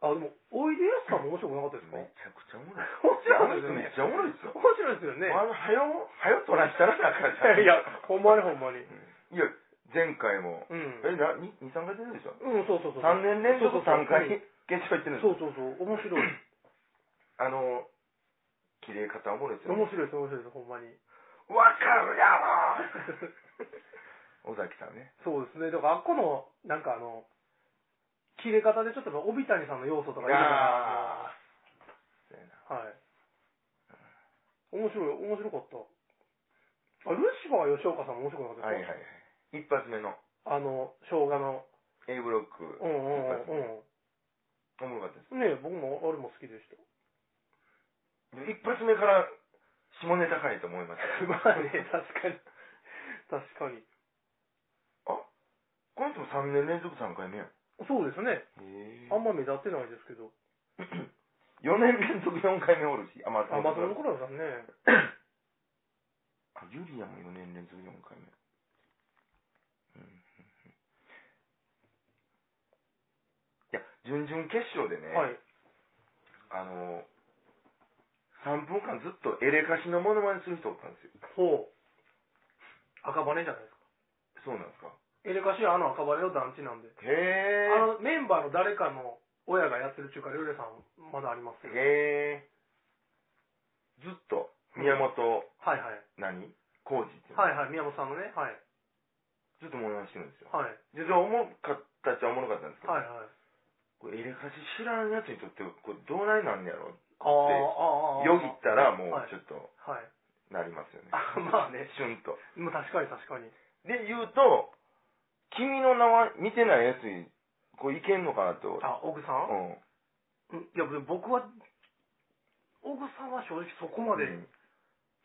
[SPEAKER 2] あ、でも、おいでやすさんも面白くなかったですか
[SPEAKER 1] めちゃくちゃおも ろい。め
[SPEAKER 2] 面白いですよね
[SPEAKER 1] っ。ちゃおもろいですよ。
[SPEAKER 2] 面白いですよね。
[SPEAKER 1] あの、はよ、はよとらしたらなあかんじゃん
[SPEAKER 2] いや、ほんまにほんまに。
[SPEAKER 1] いや、前回も、
[SPEAKER 2] うん。
[SPEAKER 1] え、な、に2、3回出てるでしょ
[SPEAKER 2] うん、そうそうそう。
[SPEAKER 1] ?3 年連続3回決勝行ってるんです
[SPEAKER 2] そ
[SPEAKER 1] よ
[SPEAKER 2] うそうそう。面白い。
[SPEAKER 1] あの、綺麗方おもろいですよね。
[SPEAKER 2] 面白いです、面白いです、ほんまに。
[SPEAKER 1] わかるやろ尾崎さん ね。
[SPEAKER 2] そうですね。だから、あっこの、なんかあの、切れ方でちょっとやっぱ帯谷さんの要素とか入れたら、
[SPEAKER 1] あーそうやな
[SPEAKER 2] はい。面白い、面白かった。あ、ルシファー吉岡さんも面白くなか
[SPEAKER 1] は
[SPEAKER 2] っ
[SPEAKER 1] いは
[SPEAKER 2] たで
[SPEAKER 1] い
[SPEAKER 2] すか、
[SPEAKER 1] はい。一発目の
[SPEAKER 2] あの、生姜の。
[SPEAKER 1] A ブロック、
[SPEAKER 2] うんうんうん
[SPEAKER 1] おもろかったです。
[SPEAKER 2] うん。ねえ僕もあれも好きでした。
[SPEAKER 1] で一発目から下ネタかいと思いました。
[SPEAKER 2] まあね、確かに。確かに。
[SPEAKER 1] この人も3年連続3回目やん。
[SPEAKER 2] そうですね。
[SPEAKER 1] へ
[SPEAKER 2] あんま目立ってないですけど。
[SPEAKER 1] 4年連続4回目おるし、あ、ま
[SPEAKER 2] あ、松本コラボさんね。
[SPEAKER 1] あ、ユリアも4年連続4回目。うんうんうんいや、準々決勝でね、
[SPEAKER 2] はい。
[SPEAKER 1] あの、3分間ずっとエレカシのモノマネする人おったんですよ。
[SPEAKER 2] そう。赤羽じゃないですか。
[SPEAKER 1] そうなんですか。
[SPEAKER 2] エレカシはあの赤羽の団地なんで。
[SPEAKER 1] へえ。
[SPEAKER 2] あの、メンバーの誰かの親がやってる中華料理屋さん、まだありますけど。はい
[SPEAKER 1] へえ。ずっと、宮本、
[SPEAKER 2] はい。
[SPEAKER 1] 何浩二っていうの、
[SPEAKER 2] はいはい、宮本さんのね。はい。
[SPEAKER 1] ずっとモノマネしてるんですよ。
[SPEAKER 2] はい。
[SPEAKER 1] で、それおもろかったっちゃおもろかったんですけど、
[SPEAKER 2] はいはい。
[SPEAKER 1] これエレカシ知らんやつにとって、これどうないなんねやろ
[SPEAKER 2] ああ、ああ、ああ。
[SPEAKER 1] よぎったらもう
[SPEAKER 2] はい
[SPEAKER 1] ちょっと
[SPEAKER 2] はい。
[SPEAKER 1] なりますよね。
[SPEAKER 2] あまあね。
[SPEAKER 1] シュンと。
[SPEAKER 2] もう確かに確かに。
[SPEAKER 1] で、言うと、君の名は見てないやつに、こういけんのかなと。
[SPEAKER 2] あ、奥さ、
[SPEAKER 1] うんん。
[SPEAKER 2] うん、いや、でも僕は、奥さんは正直そこまで、
[SPEAKER 1] うん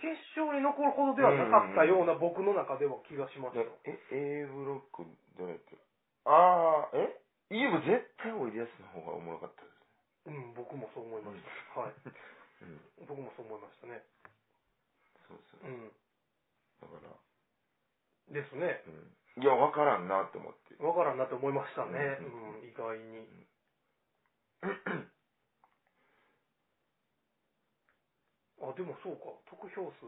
[SPEAKER 2] 決勝に残るほどではなかったような僕の中では気がしました。
[SPEAKER 1] でえ、A ブロック、どうやってあー、えイブ絶対おいでやすの方がおもろかったで
[SPEAKER 2] うん、僕もそう思いました。はい。
[SPEAKER 1] す。うん。
[SPEAKER 2] 僕もそう思いましたね。
[SPEAKER 1] そうそう。
[SPEAKER 2] う
[SPEAKER 1] だから、
[SPEAKER 2] ん。ですね。
[SPEAKER 1] うん。いや、わからんなと思って。
[SPEAKER 2] わからんなって思いましたね。
[SPEAKER 1] う
[SPEAKER 2] うんん、意外に。 あ、でもそうか。得票数。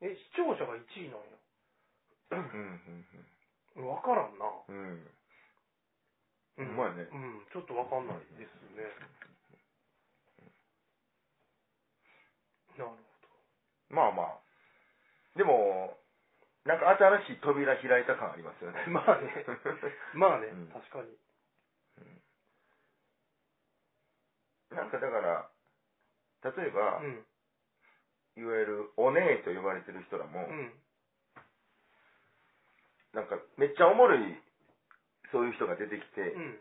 [SPEAKER 2] え、視聴者が1位なん
[SPEAKER 1] う
[SPEAKER 2] や。
[SPEAKER 1] ん、うん、
[SPEAKER 2] わからんな。
[SPEAKER 1] うん。うん。
[SPEAKER 2] う
[SPEAKER 1] ほんまやね
[SPEAKER 2] うん、ちょっとわかんないですね。なる
[SPEAKER 1] まあまあ。でも、なんか新しい扉開いた感ありますよね。
[SPEAKER 2] ほど。まあね、まあね、
[SPEAKER 1] うん
[SPEAKER 2] 確かに。
[SPEAKER 1] なんかだから、例えば、
[SPEAKER 2] うん、
[SPEAKER 1] いわゆるお姉と呼ばれてる人らも、
[SPEAKER 2] うん。
[SPEAKER 1] なんかめっちゃおもろい、そういう人が出てきて、
[SPEAKER 2] うん。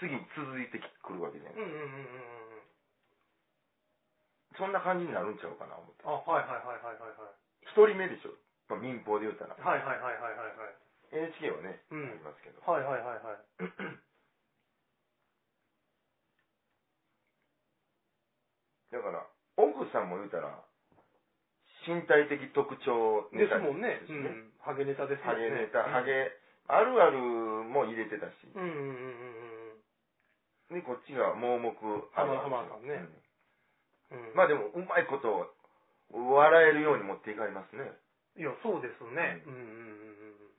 [SPEAKER 1] 次に続いてくるわけじゃない
[SPEAKER 2] うんうんうんうんうん。
[SPEAKER 1] そんな感じになるんちゃうかな思って
[SPEAKER 2] あ、はいはいはいはいはいはい。
[SPEAKER 1] 一人目でしょ、まあ、民放で言ったら
[SPEAKER 2] はいはいはいはいはいはい。
[SPEAKER 1] NHK はね、
[SPEAKER 2] うん
[SPEAKER 1] ありますけど
[SPEAKER 2] はいはいはいはい。
[SPEAKER 1] だから奥さんも言うたら身体的特徴
[SPEAKER 2] で
[SPEAKER 1] ネ
[SPEAKER 2] す
[SPEAKER 1] タ
[SPEAKER 2] もんね。
[SPEAKER 1] です
[SPEAKER 2] う
[SPEAKER 1] ね
[SPEAKER 2] ん。ハゲネタですも
[SPEAKER 1] ハ
[SPEAKER 2] ん
[SPEAKER 1] ゲネ
[SPEAKER 2] ね。
[SPEAKER 1] タ、ハ
[SPEAKER 2] うん。
[SPEAKER 1] ゲ、あるあるも入れてたし、
[SPEAKER 2] うんうん
[SPEAKER 1] で、
[SPEAKER 2] うんうん
[SPEAKER 1] こっちが盲目あるある
[SPEAKER 2] 浜田さんね
[SPEAKER 1] う
[SPEAKER 2] うん。うんん。
[SPEAKER 1] まあでも、うまいこと、笑えるように持っていかれますね。
[SPEAKER 2] いや、そうですね。
[SPEAKER 1] う
[SPEAKER 2] うんうん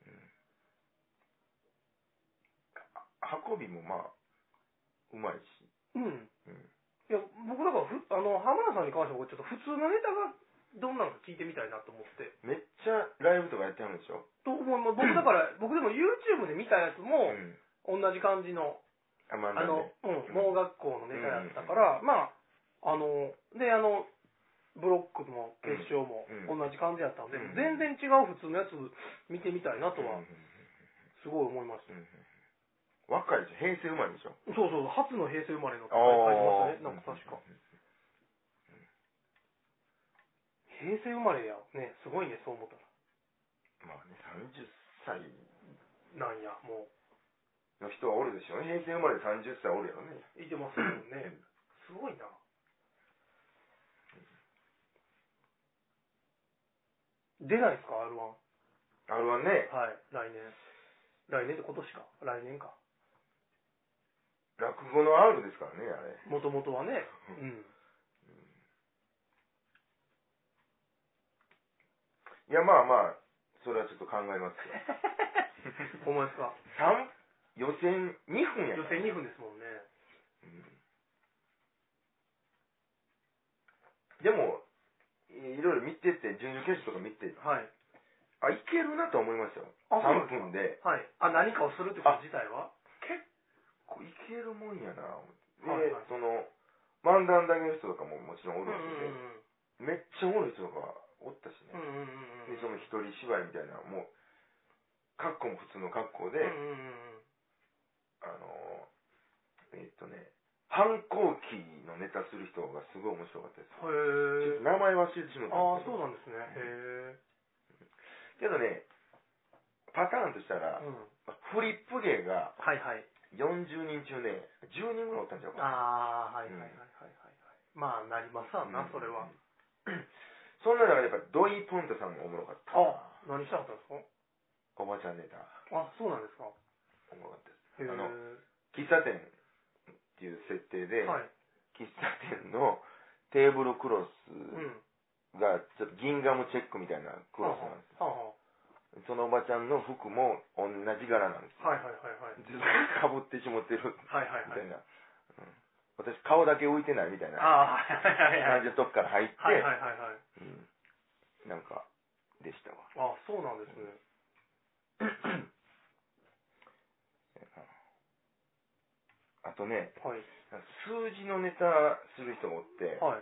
[SPEAKER 2] うんうん。
[SPEAKER 1] 運びもまあ、うまいし。
[SPEAKER 2] うん。
[SPEAKER 1] うん
[SPEAKER 2] いや、僕だからふ、あの、浜田さんに関しては、ちょっと普通のネタがどんなのか聞いてみたいなと思って。
[SPEAKER 1] めっちゃライブとかやってはるでしょ
[SPEAKER 2] と思います。僕だ から、僕でも YouTube で見たやつも、
[SPEAKER 1] ん。
[SPEAKER 2] 同じ感じの、
[SPEAKER 1] あまあ
[SPEAKER 2] あの、うん、盲学校のネタやったから、まあ、あの、で、あの、ブロックも決勝も
[SPEAKER 1] う
[SPEAKER 2] 同
[SPEAKER 1] ん
[SPEAKER 2] じ感じやったんで、
[SPEAKER 1] うん
[SPEAKER 2] 全然違う普通のやつ見てみたいなとは、すごい思いました。
[SPEAKER 1] 若いでしょ平成生まれでしょ
[SPEAKER 2] そうそう、初の平成生まれのって書いてましたね、なんか確か。。平成生まれや。ね、すごいね、そう思った
[SPEAKER 1] まあね、30歳
[SPEAKER 2] ら。なんや、も
[SPEAKER 1] の人はおるでしょうね。平成生まれで30歳おるやろね。
[SPEAKER 2] う、いてますもんね。すごいな。出ないですか、R1。は
[SPEAKER 1] R1 ね、
[SPEAKER 2] い、来年。来年って今年か。来年か。
[SPEAKER 1] 落語の R ですからね、あれ。
[SPEAKER 2] もともとはね。 うん。
[SPEAKER 1] いや、まあまあ、それはちょっと考えますよ。
[SPEAKER 2] ほんまですか。
[SPEAKER 1] 三予選2分や
[SPEAKER 2] 予
[SPEAKER 1] から
[SPEAKER 2] 選2分ですもんね。
[SPEAKER 1] でも、いろいろ見てて、準々決勝とか見て、
[SPEAKER 2] はい。
[SPEAKER 1] あ、いけるなと思いましたよ。
[SPEAKER 2] あそうな
[SPEAKER 1] 3
[SPEAKER 2] んですか
[SPEAKER 1] 分で、
[SPEAKER 2] はい。あ、何かをするってこと自体は
[SPEAKER 1] 結構いけるもんやな思ってで、
[SPEAKER 2] はいはい
[SPEAKER 1] その、漫談だけの人とかももちろん
[SPEAKER 2] う
[SPEAKER 1] お
[SPEAKER 2] ん
[SPEAKER 1] る
[SPEAKER 2] うんん
[SPEAKER 1] ですけど、めっちゃおる人とかおったし
[SPEAKER 2] うん。う
[SPEAKER 1] ね。
[SPEAKER 2] んうんうんうん。
[SPEAKER 1] で、その一人芝居みたいな、もう、格好も普通の格好で、
[SPEAKER 2] うんうんうんうん。
[SPEAKER 1] あのー、えーっとね、反抗期のネタする人がすごい面白かったです。
[SPEAKER 2] へ
[SPEAKER 1] ちょっと
[SPEAKER 2] ー
[SPEAKER 1] 名前忘れてしまった
[SPEAKER 2] あ
[SPEAKER 1] ん
[SPEAKER 2] あ、
[SPEAKER 1] ですけど
[SPEAKER 2] そうなんですね。へ
[SPEAKER 1] けどね、パターンとしたら
[SPEAKER 2] え。、うん。
[SPEAKER 1] フリップ芸が
[SPEAKER 2] はいはい。
[SPEAKER 1] 40人中ね、10人ぐらいおったんちゃうかな。
[SPEAKER 2] ああ、はいはい
[SPEAKER 1] うん
[SPEAKER 2] はいはいはい。まあ、なりますわな、それは。
[SPEAKER 1] うん。 そんな中でやっぱドイ・ポンタさんがおもろかった。
[SPEAKER 2] あ、何したかったんです
[SPEAKER 1] おばちゃんネタ、
[SPEAKER 2] かあ、そうなんですか。
[SPEAKER 1] おもろかったです。
[SPEAKER 2] へえ。
[SPEAKER 1] あの
[SPEAKER 2] は
[SPEAKER 1] 喫茶店っていう設定で、
[SPEAKER 2] い。
[SPEAKER 1] 喫茶店のテーブルクロ
[SPEAKER 2] う
[SPEAKER 1] ス
[SPEAKER 2] ん。
[SPEAKER 1] が、ちょっとギンガムチェックみたいなクロスなんです
[SPEAKER 2] はあは
[SPEAKER 1] そのおばちゃんの服も同じ柄なんです。
[SPEAKER 2] あはいはいはいはい。
[SPEAKER 1] ずっとかぶってしもってる
[SPEAKER 2] はいはい
[SPEAKER 1] みた
[SPEAKER 2] はいい。
[SPEAKER 1] な、うん私顔だけ浮いてないみたいな
[SPEAKER 2] ああ、はいはいはい
[SPEAKER 1] 感
[SPEAKER 2] はい。
[SPEAKER 1] じのとこから入って、
[SPEAKER 2] はいはいはいはい。
[SPEAKER 1] うんなんかでしたわ
[SPEAKER 2] あそうなんですね。
[SPEAKER 1] あとね
[SPEAKER 2] はい。
[SPEAKER 1] 数字のネタする人がおって、
[SPEAKER 2] は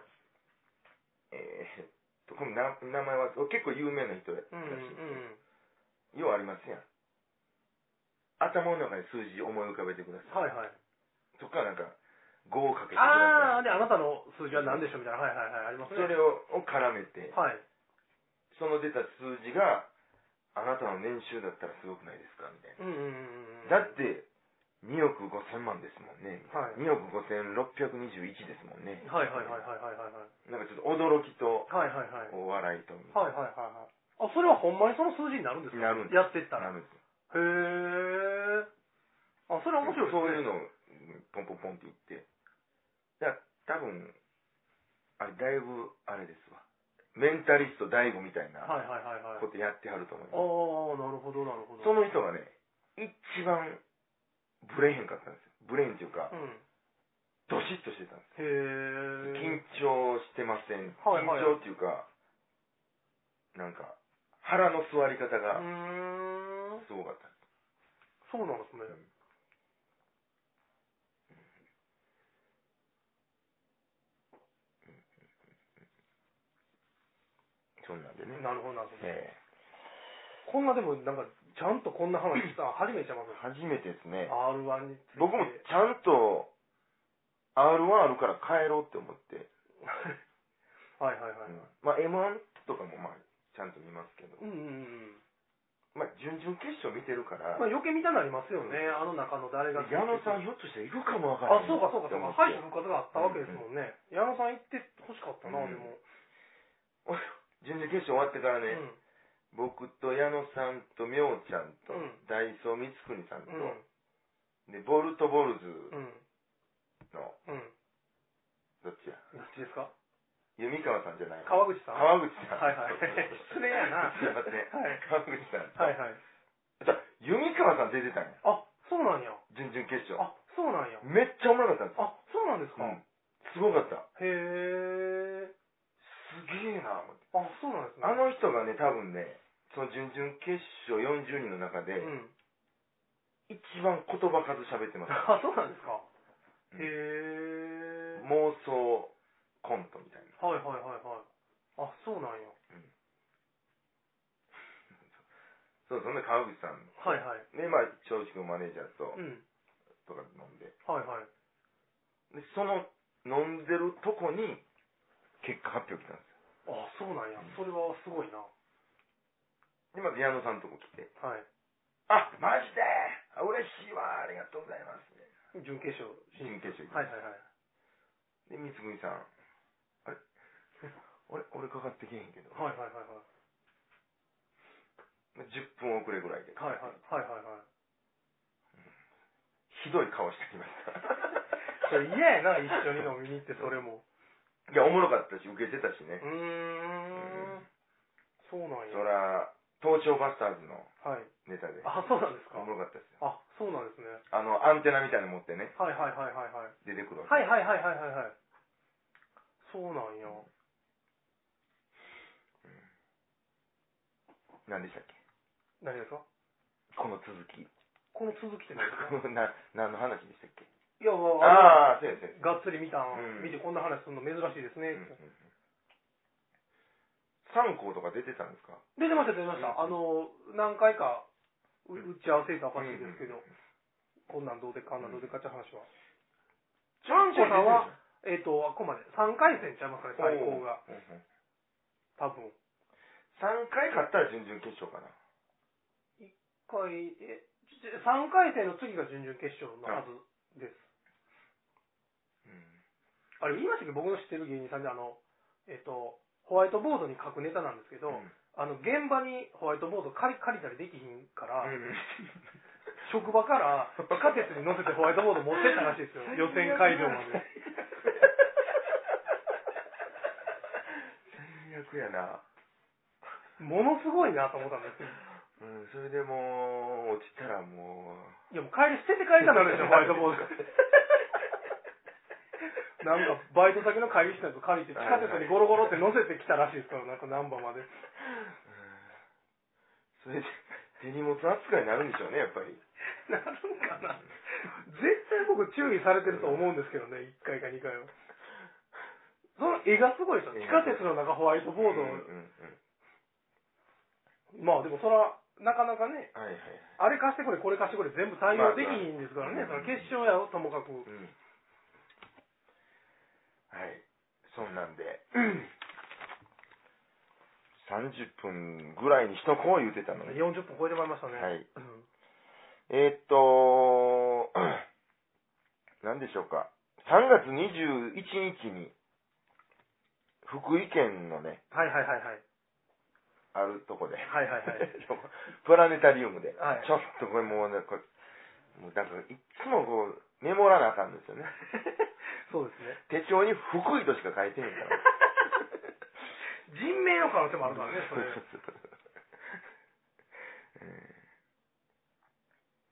[SPEAKER 2] い。
[SPEAKER 1] えーっとこの名名前は結構有名な人だし、
[SPEAKER 2] うんうんうん。
[SPEAKER 1] ようありますやん頭の中に数字思い浮かべてください
[SPEAKER 2] はいはい。
[SPEAKER 1] とかなんか5をかけてく
[SPEAKER 2] ああ、
[SPEAKER 1] ださい
[SPEAKER 2] で、あなたの数字は何でしょうみたいな。はいはいはい。あります
[SPEAKER 1] そ
[SPEAKER 2] ね。
[SPEAKER 1] れをを絡めて、
[SPEAKER 2] はい。
[SPEAKER 1] その出た数字があなたの年収だったらすごくないですかみたいな
[SPEAKER 2] うんうんうんうん。
[SPEAKER 1] だって、2億5千万ですもんね。
[SPEAKER 2] はい
[SPEAKER 1] 2億5621ですもんね。
[SPEAKER 2] はいはいはいはいはいはいはい。
[SPEAKER 1] なんかちょっと驚きと、
[SPEAKER 2] はいはいはい。
[SPEAKER 1] お笑いと、
[SPEAKER 2] はいはいはいはい。あ、それはほんまにその数字になるんですか
[SPEAKER 1] なるんです
[SPEAKER 2] やってった
[SPEAKER 1] な
[SPEAKER 2] ら。
[SPEAKER 1] る
[SPEAKER 2] へ
[SPEAKER 1] んです
[SPEAKER 2] え。あ、それは面白
[SPEAKER 1] そう
[SPEAKER 2] いですね。
[SPEAKER 1] いうのをポンポンポンって言って。だから多分、あれ、だいぶ、あれですわ。メンタリスト大悟みたいな
[SPEAKER 2] はいはいはいはい。ああ
[SPEAKER 1] ことやってはると思います。
[SPEAKER 2] ー、なるほどなるほど。
[SPEAKER 1] その人がね、一番ブレへんかったんですよ。ブレへんっていうか
[SPEAKER 2] う、ん。
[SPEAKER 1] ドシッとしてたんです
[SPEAKER 2] へ
[SPEAKER 1] 緊
[SPEAKER 2] え。
[SPEAKER 1] 張してません、
[SPEAKER 2] はいはい
[SPEAKER 1] 緊張っていうかなんか腹の座り方
[SPEAKER 2] う
[SPEAKER 1] が
[SPEAKER 2] ーん。
[SPEAKER 1] すごかった、
[SPEAKER 2] そうなんですね。
[SPEAKER 1] そんなんでね
[SPEAKER 2] なるほどなるほど。
[SPEAKER 1] え
[SPEAKER 2] こんなでもなんかちゃんとこんな話したの初めてちゃいます
[SPEAKER 1] 初めてですね。
[SPEAKER 2] R1 について
[SPEAKER 1] 僕もちゃんと R1 あるから帰ろうって思って。
[SPEAKER 2] はいはいはいはい、
[SPEAKER 1] まあ M1 とかもまあちゃんと見ますけど。
[SPEAKER 2] うんうんうん
[SPEAKER 1] まあ準々決勝見てるから、
[SPEAKER 2] まあ余計見たなりますよね、あの中の誰が。
[SPEAKER 1] 矢野さんひょっとしているかもわから
[SPEAKER 2] あ
[SPEAKER 1] な、い。
[SPEAKER 2] そうかそうかそうか。敗者復活があったわけですもんね。矢野さん行って欲しかったな、
[SPEAKER 1] うん
[SPEAKER 2] でも。
[SPEAKER 1] 準々決勝終わってから
[SPEAKER 2] う
[SPEAKER 1] ね、
[SPEAKER 2] ん。
[SPEAKER 1] 僕と矢野さんとみょうちゃんと、
[SPEAKER 2] うん
[SPEAKER 1] ダイソー光国さんと、
[SPEAKER 2] うん。
[SPEAKER 1] で、ボルトボルズ
[SPEAKER 2] うん。
[SPEAKER 1] の、
[SPEAKER 2] うん。
[SPEAKER 1] どっちや
[SPEAKER 2] どっちですか
[SPEAKER 1] 弓川さんじゃない
[SPEAKER 2] 川口さん
[SPEAKER 1] 川口さん。
[SPEAKER 2] はい はい
[SPEAKER 1] そうそうそう
[SPEAKER 2] 失礼やな
[SPEAKER 1] すいません。
[SPEAKER 2] はい
[SPEAKER 1] 川口さん。
[SPEAKER 2] はいはい。
[SPEAKER 1] じゃあ弓川さん出てたんや。
[SPEAKER 2] あ、そうなんや。
[SPEAKER 1] 準々決勝。
[SPEAKER 2] あ、そうなんや。
[SPEAKER 1] めっちゃおもろかったんですよ。
[SPEAKER 2] あ、そうなんですか。
[SPEAKER 1] うんすごかった。
[SPEAKER 2] へえ。
[SPEAKER 1] すげえな、思って。
[SPEAKER 2] あ、そうなんですね。
[SPEAKER 1] あの人がね、多分ね、その準々決勝40人の中で、
[SPEAKER 2] うん。
[SPEAKER 1] 一番言葉数喋ってます。
[SPEAKER 2] あ、そうなんですか。
[SPEAKER 1] うん
[SPEAKER 2] へえ。
[SPEAKER 1] 妄想コントみたいな。
[SPEAKER 2] はいはいはいはい。あ、そうなんや。
[SPEAKER 1] そう、そんな川口さん。
[SPEAKER 2] はいはい。
[SPEAKER 1] で、まあ、正直のマネージャーと、
[SPEAKER 2] うん。
[SPEAKER 1] とか飲んで。
[SPEAKER 2] はいはい。
[SPEAKER 1] で、その飲んでるとこに、結果発表来たんです
[SPEAKER 2] あ、そうなんや。それはすごいな。
[SPEAKER 1] よ。で、まず矢野さんのとこ来て、
[SPEAKER 2] はい。
[SPEAKER 1] あ、マジであ嬉しいわありがとうございます。
[SPEAKER 2] 準決勝進
[SPEAKER 1] 準決勝行き
[SPEAKER 2] 出。
[SPEAKER 1] ま
[SPEAKER 2] はい
[SPEAKER 1] し
[SPEAKER 2] はいはい。
[SPEAKER 1] たで、三つ組さん、あれ 俺、俺かかってけへんけど。
[SPEAKER 2] はいはいはいはい。
[SPEAKER 1] まあ10分遅れぐらいで。
[SPEAKER 2] はいはいはいはいはい。
[SPEAKER 1] ひどい顔してきま した。
[SPEAKER 2] それ嫌やな、一緒に飲みに行って、それも。
[SPEAKER 1] いや、おもろかったし、受けてたし
[SPEAKER 2] う
[SPEAKER 1] ね。
[SPEAKER 2] ーん。そうなん
[SPEAKER 1] そ
[SPEAKER 2] や。
[SPEAKER 1] ら、盗聴バスターズの
[SPEAKER 2] はい。
[SPEAKER 1] ネタで。
[SPEAKER 2] あ、そうなんです
[SPEAKER 1] お
[SPEAKER 2] か。
[SPEAKER 1] もろかったですよ。
[SPEAKER 2] あ、そうなんですね。
[SPEAKER 1] あの、アンテナみたいなの持ってね、
[SPEAKER 2] はいはいはいはいはい。
[SPEAKER 1] 出てくるわけ。
[SPEAKER 2] はいはいはいはいはいはい。そうなんや。
[SPEAKER 1] 何でしたっけ
[SPEAKER 2] 何ですか
[SPEAKER 1] この続き。
[SPEAKER 2] この続きって何です か
[SPEAKER 1] こん な、何の話でしたっけ
[SPEAKER 2] いや、まあ、あ
[SPEAKER 1] ああ、そうやそうや
[SPEAKER 2] のがっつり見た
[SPEAKER 1] うん
[SPEAKER 2] ん、見てこんな話するの珍しいですね。
[SPEAKER 1] 三校とか出てたんですか
[SPEAKER 2] 出てました出てました。あの、何回かう
[SPEAKER 1] うん
[SPEAKER 2] 打ち合わせたらおかしいですけ
[SPEAKER 1] う
[SPEAKER 2] ど
[SPEAKER 1] ん、
[SPEAKER 2] こんなんどうでか、あんなんどうでかって話は。
[SPEAKER 1] ジャンコさんは、
[SPEAKER 2] えっ、と、あここまで。3回戦ちゃいますかね、最高が。
[SPEAKER 1] うんうん。
[SPEAKER 2] 多分。
[SPEAKER 1] 3回勝ったら準々決勝かな。
[SPEAKER 2] 回、え、3回戦の次が準々決勝のはずです。
[SPEAKER 1] うん
[SPEAKER 2] あれ、言いましたっけど、僕の知ってる芸人さんで、あの、えっ、と、ホワイトボードに書くネタなんですけど、
[SPEAKER 1] うん
[SPEAKER 2] あの、現場にホワイトボード借り借りたりできひんから、
[SPEAKER 1] うん
[SPEAKER 2] 職場から地下鉄に乗せてホワイトボード持ってったらしいですよ。 予選会場まで。
[SPEAKER 1] 最悪やな。
[SPEAKER 2] ものすごいなと思ったんですよ。
[SPEAKER 1] うん、それでもう、落ちたらもう、
[SPEAKER 2] いや、もう帰り捨てて帰りたくなるでしょ、ホワイトボード。 なんか、バイト先の会議室のやつ借りて、地下鉄にゴロゴロって乗せてきたらしいですから、なんか難波 まで。
[SPEAKER 1] それで、手荷物扱いになるんでしょうね、やっぱり。
[SPEAKER 2] なるんかな絶対僕注意されてると思うんですけどね、1回か2回は。その絵がすごいですよ。地下鉄の中ホワイトボード
[SPEAKER 1] うんうん
[SPEAKER 2] を。
[SPEAKER 1] うん。
[SPEAKER 2] まあでもそら、なかなかね、
[SPEAKER 1] はいはい。
[SPEAKER 2] あれ貸してくれ、これ貸してくれ、全部対応できひんですから
[SPEAKER 1] ま
[SPEAKER 2] ね。
[SPEAKER 1] あまあ
[SPEAKER 2] その決勝やろ、ともかく。
[SPEAKER 1] うん。はい。そんなんで、30分ぐらいにしとこう言うてたのね。
[SPEAKER 2] 40分超えてまいりましたね。
[SPEAKER 1] はい
[SPEAKER 2] うん
[SPEAKER 1] えーっと、 何でしょうか。3月21日に、福井県のね、
[SPEAKER 2] はいはいはいはい。
[SPEAKER 1] あるとこで、
[SPEAKER 2] はいはいはい。
[SPEAKER 1] プラネタリウムで、
[SPEAKER 2] はい
[SPEAKER 1] ちょっとこれもうね、これもうなんかいっつもこう、メモらなあかんですよ ね。
[SPEAKER 2] そうです ね。
[SPEAKER 1] 手帳に福井としか書いてへんから。
[SPEAKER 2] 人命の可能性もあるからね、 それ。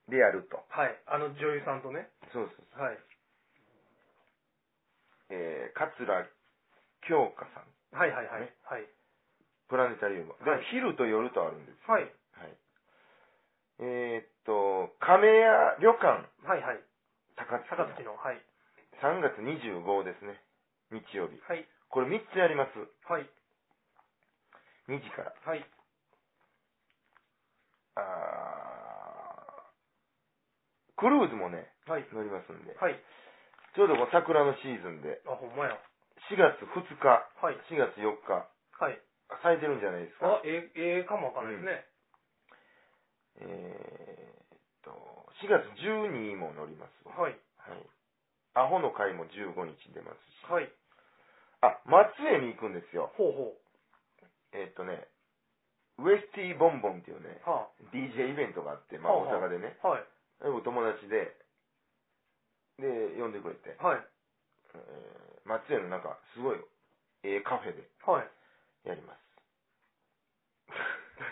[SPEAKER 1] うんでやると。
[SPEAKER 2] はい。あの女優さんとね。
[SPEAKER 1] そうそうそう。
[SPEAKER 2] はい。
[SPEAKER 1] えー、桂京香さん。
[SPEAKER 2] はいはいはい
[SPEAKER 1] ね。
[SPEAKER 2] はい。
[SPEAKER 1] プラネタリウム。で
[SPEAKER 2] はい
[SPEAKER 1] 昼と夜とあるんです。
[SPEAKER 2] はい。
[SPEAKER 1] はい。えー、っと、亀屋旅館
[SPEAKER 2] はいはい。
[SPEAKER 1] 高槻
[SPEAKER 2] 坂月の。はい。
[SPEAKER 1] 3月25ですね。日曜日。
[SPEAKER 2] はい。
[SPEAKER 1] これ3つやります。
[SPEAKER 2] はい。
[SPEAKER 1] 2時から。
[SPEAKER 2] はい。
[SPEAKER 1] あークルーズもね、
[SPEAKER 2] はい。
[SPEAKER 1] 乗りますんで、
[SPEAKER 2] はい。
[SPEAKER 1] ちょうどこう桜のシーズンで、
[SPEAKER 2] あ、ほんまや。
[SPEAKER 1] 4月2日、
[SPEAKER 2] はい。
[SPEAKER 1] 4月4日、
[SPEAKER 2] はい。
[SPEAKER 1] 咲いてるんじゃないですか。
[SPEAKER 2] あ、ええ、ええかもわかんないですね。
[SPEAKER 1] えーっと、4月12日も乗ります。は
[SPEAKER 2] はい。
[SPEAKER 1] い。アホの会も15日出ますし。
[SPEAKER 2] はい。
[SPEAKER 1] あ、松江に行くんですよ。
[SPEAKER 2] ほうほ
[SPEAKER 1] えーっとね、ウエスティボンボンっていうね、
[SPEAKER 2] う。は
[SPEAKER 1] DJ イベントがあって、まあ
[SPEAKER 2] はあはあ
[SPEAKER 1] 大阪でね、
[SPEAKER 2] あ。はい。
[SPEAKER 1] でも友達で、で、呼んでくれて、
[SPEAKER 2] はい。
[SPEAKER 1] えー松江のなんか、すごい、ええカフェで
[SPEAKER 2] はい。
[SPEAKER 1] やります。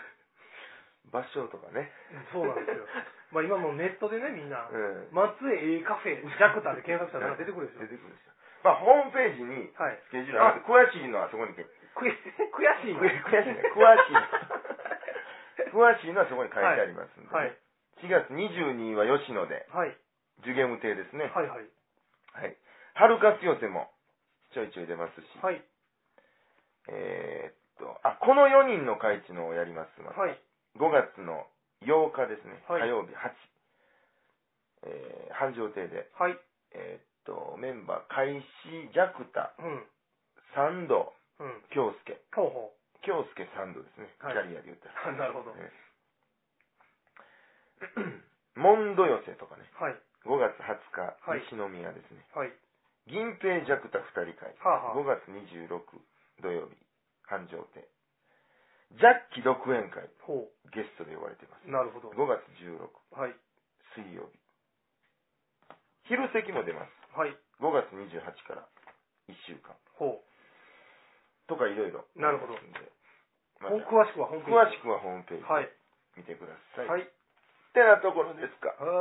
[SPEAKER 1] 場所とかね。
[SPEAKER 2] そうなん ですよ。まあ今もうネットでね、みんな
[SPEAKER 1] う、ん。
[SPEAKER 2] 松江 A カフェ、ジャクタで検索したらなんか出てくるでしょ
[SPEAKER 1] 出。てくるんですよ。まあ、ホームページに
[SPEAKER 2] はい。
[SPEAKER 1] スケジュールがあって、詳しいのはそこに書いて、
[SPEAKER 2] 悔しい。
[SPEAKER 1] 悔しいね詳しい詳しいのはそこに書いてありますんで、
[SPEAKER 2] はい。
[SPEAKER 1] 4月22日は吉野で、
[SPEAKER 2] はい。
[SPEAKER 1] 受験無亭ですね。
[SPEAKER 2] はいはい。
[SPEAKER 1] はい。春活寄せもちょいちょい出ますし、
[SPEAKER 2] はい。
[SPEAKER 1] えーっと、あ、この4人の会地のをやります。また
[SPEAKER 2] はい。
[SPEAKER 1] 5月の8日ですね、
[SPEAKER 2] はい
[SPEAKER 1] 火曜日8、えー、繁盛亭で、
[SPEAKER 2] はい。
[SPEAKER 1] えーっと、メンバー、開始弱田、
[SPEAKER 2] うん。
[SPEAKER 1] 三度、
[SPEAKER 2] うん。
[SPEAKER 1] 京介。
[SPEAKER 2] ほうほ
[SPEAKER 1] 京介三度ですね、
[SPEAKER 2] はい
[SPEAKER 1] キャリアで言った
[SPEAKER 2] う。 なるほど。
[SPEAKER 1] ら。モンド寄せとかね、
[SPEAKER 2] はい。
[SPEAKER 1] 5月20日、
[SPEAKER 2] はい
[SPEAKER 1] 西宮ですね。
[SPEAKER 2] はい。
[SPEAKER 1] 銀平弱田二人会、
[SPEAKER 2] はあ
[SPEAKER 1] 5
[SPEAKER 2] はあ。
[SPEAKER 1] 月26土曜日、繁盛亭。ジャッキ独演会、
[SPEAKER 2] ほ
[SPEAKER 1] ゲストで呼ばれてます。
[SPEAKER 2] う。なるほど。
[SPEAKER 1] 5月16、
[SPEAKER 2] はい。
[SPEAKER 1] 水曜日。昼席も出ます。
[SPEAKER 2] はい。
[SPEAKER 1] 5月28から1週間。
[SPEAKER 2] ほ
[SPEAKER 1] とかいろいろ。
[SPEAKER 2] なるほどう。
[SPEAKER 1] ま
[SPEAKER 2] ほん
[SPEAKER 1] た
[SPEAKER 2] 詳しくは本
[SPEAKER 1] 詳しくはホームページ
[SPEAKER 2] はい。
[SPEAKER 1] 見てください。
[SPEAKER 2] はい
[SPEAKER 1] っ。てなところですか。
[SPEAKER 2] はい。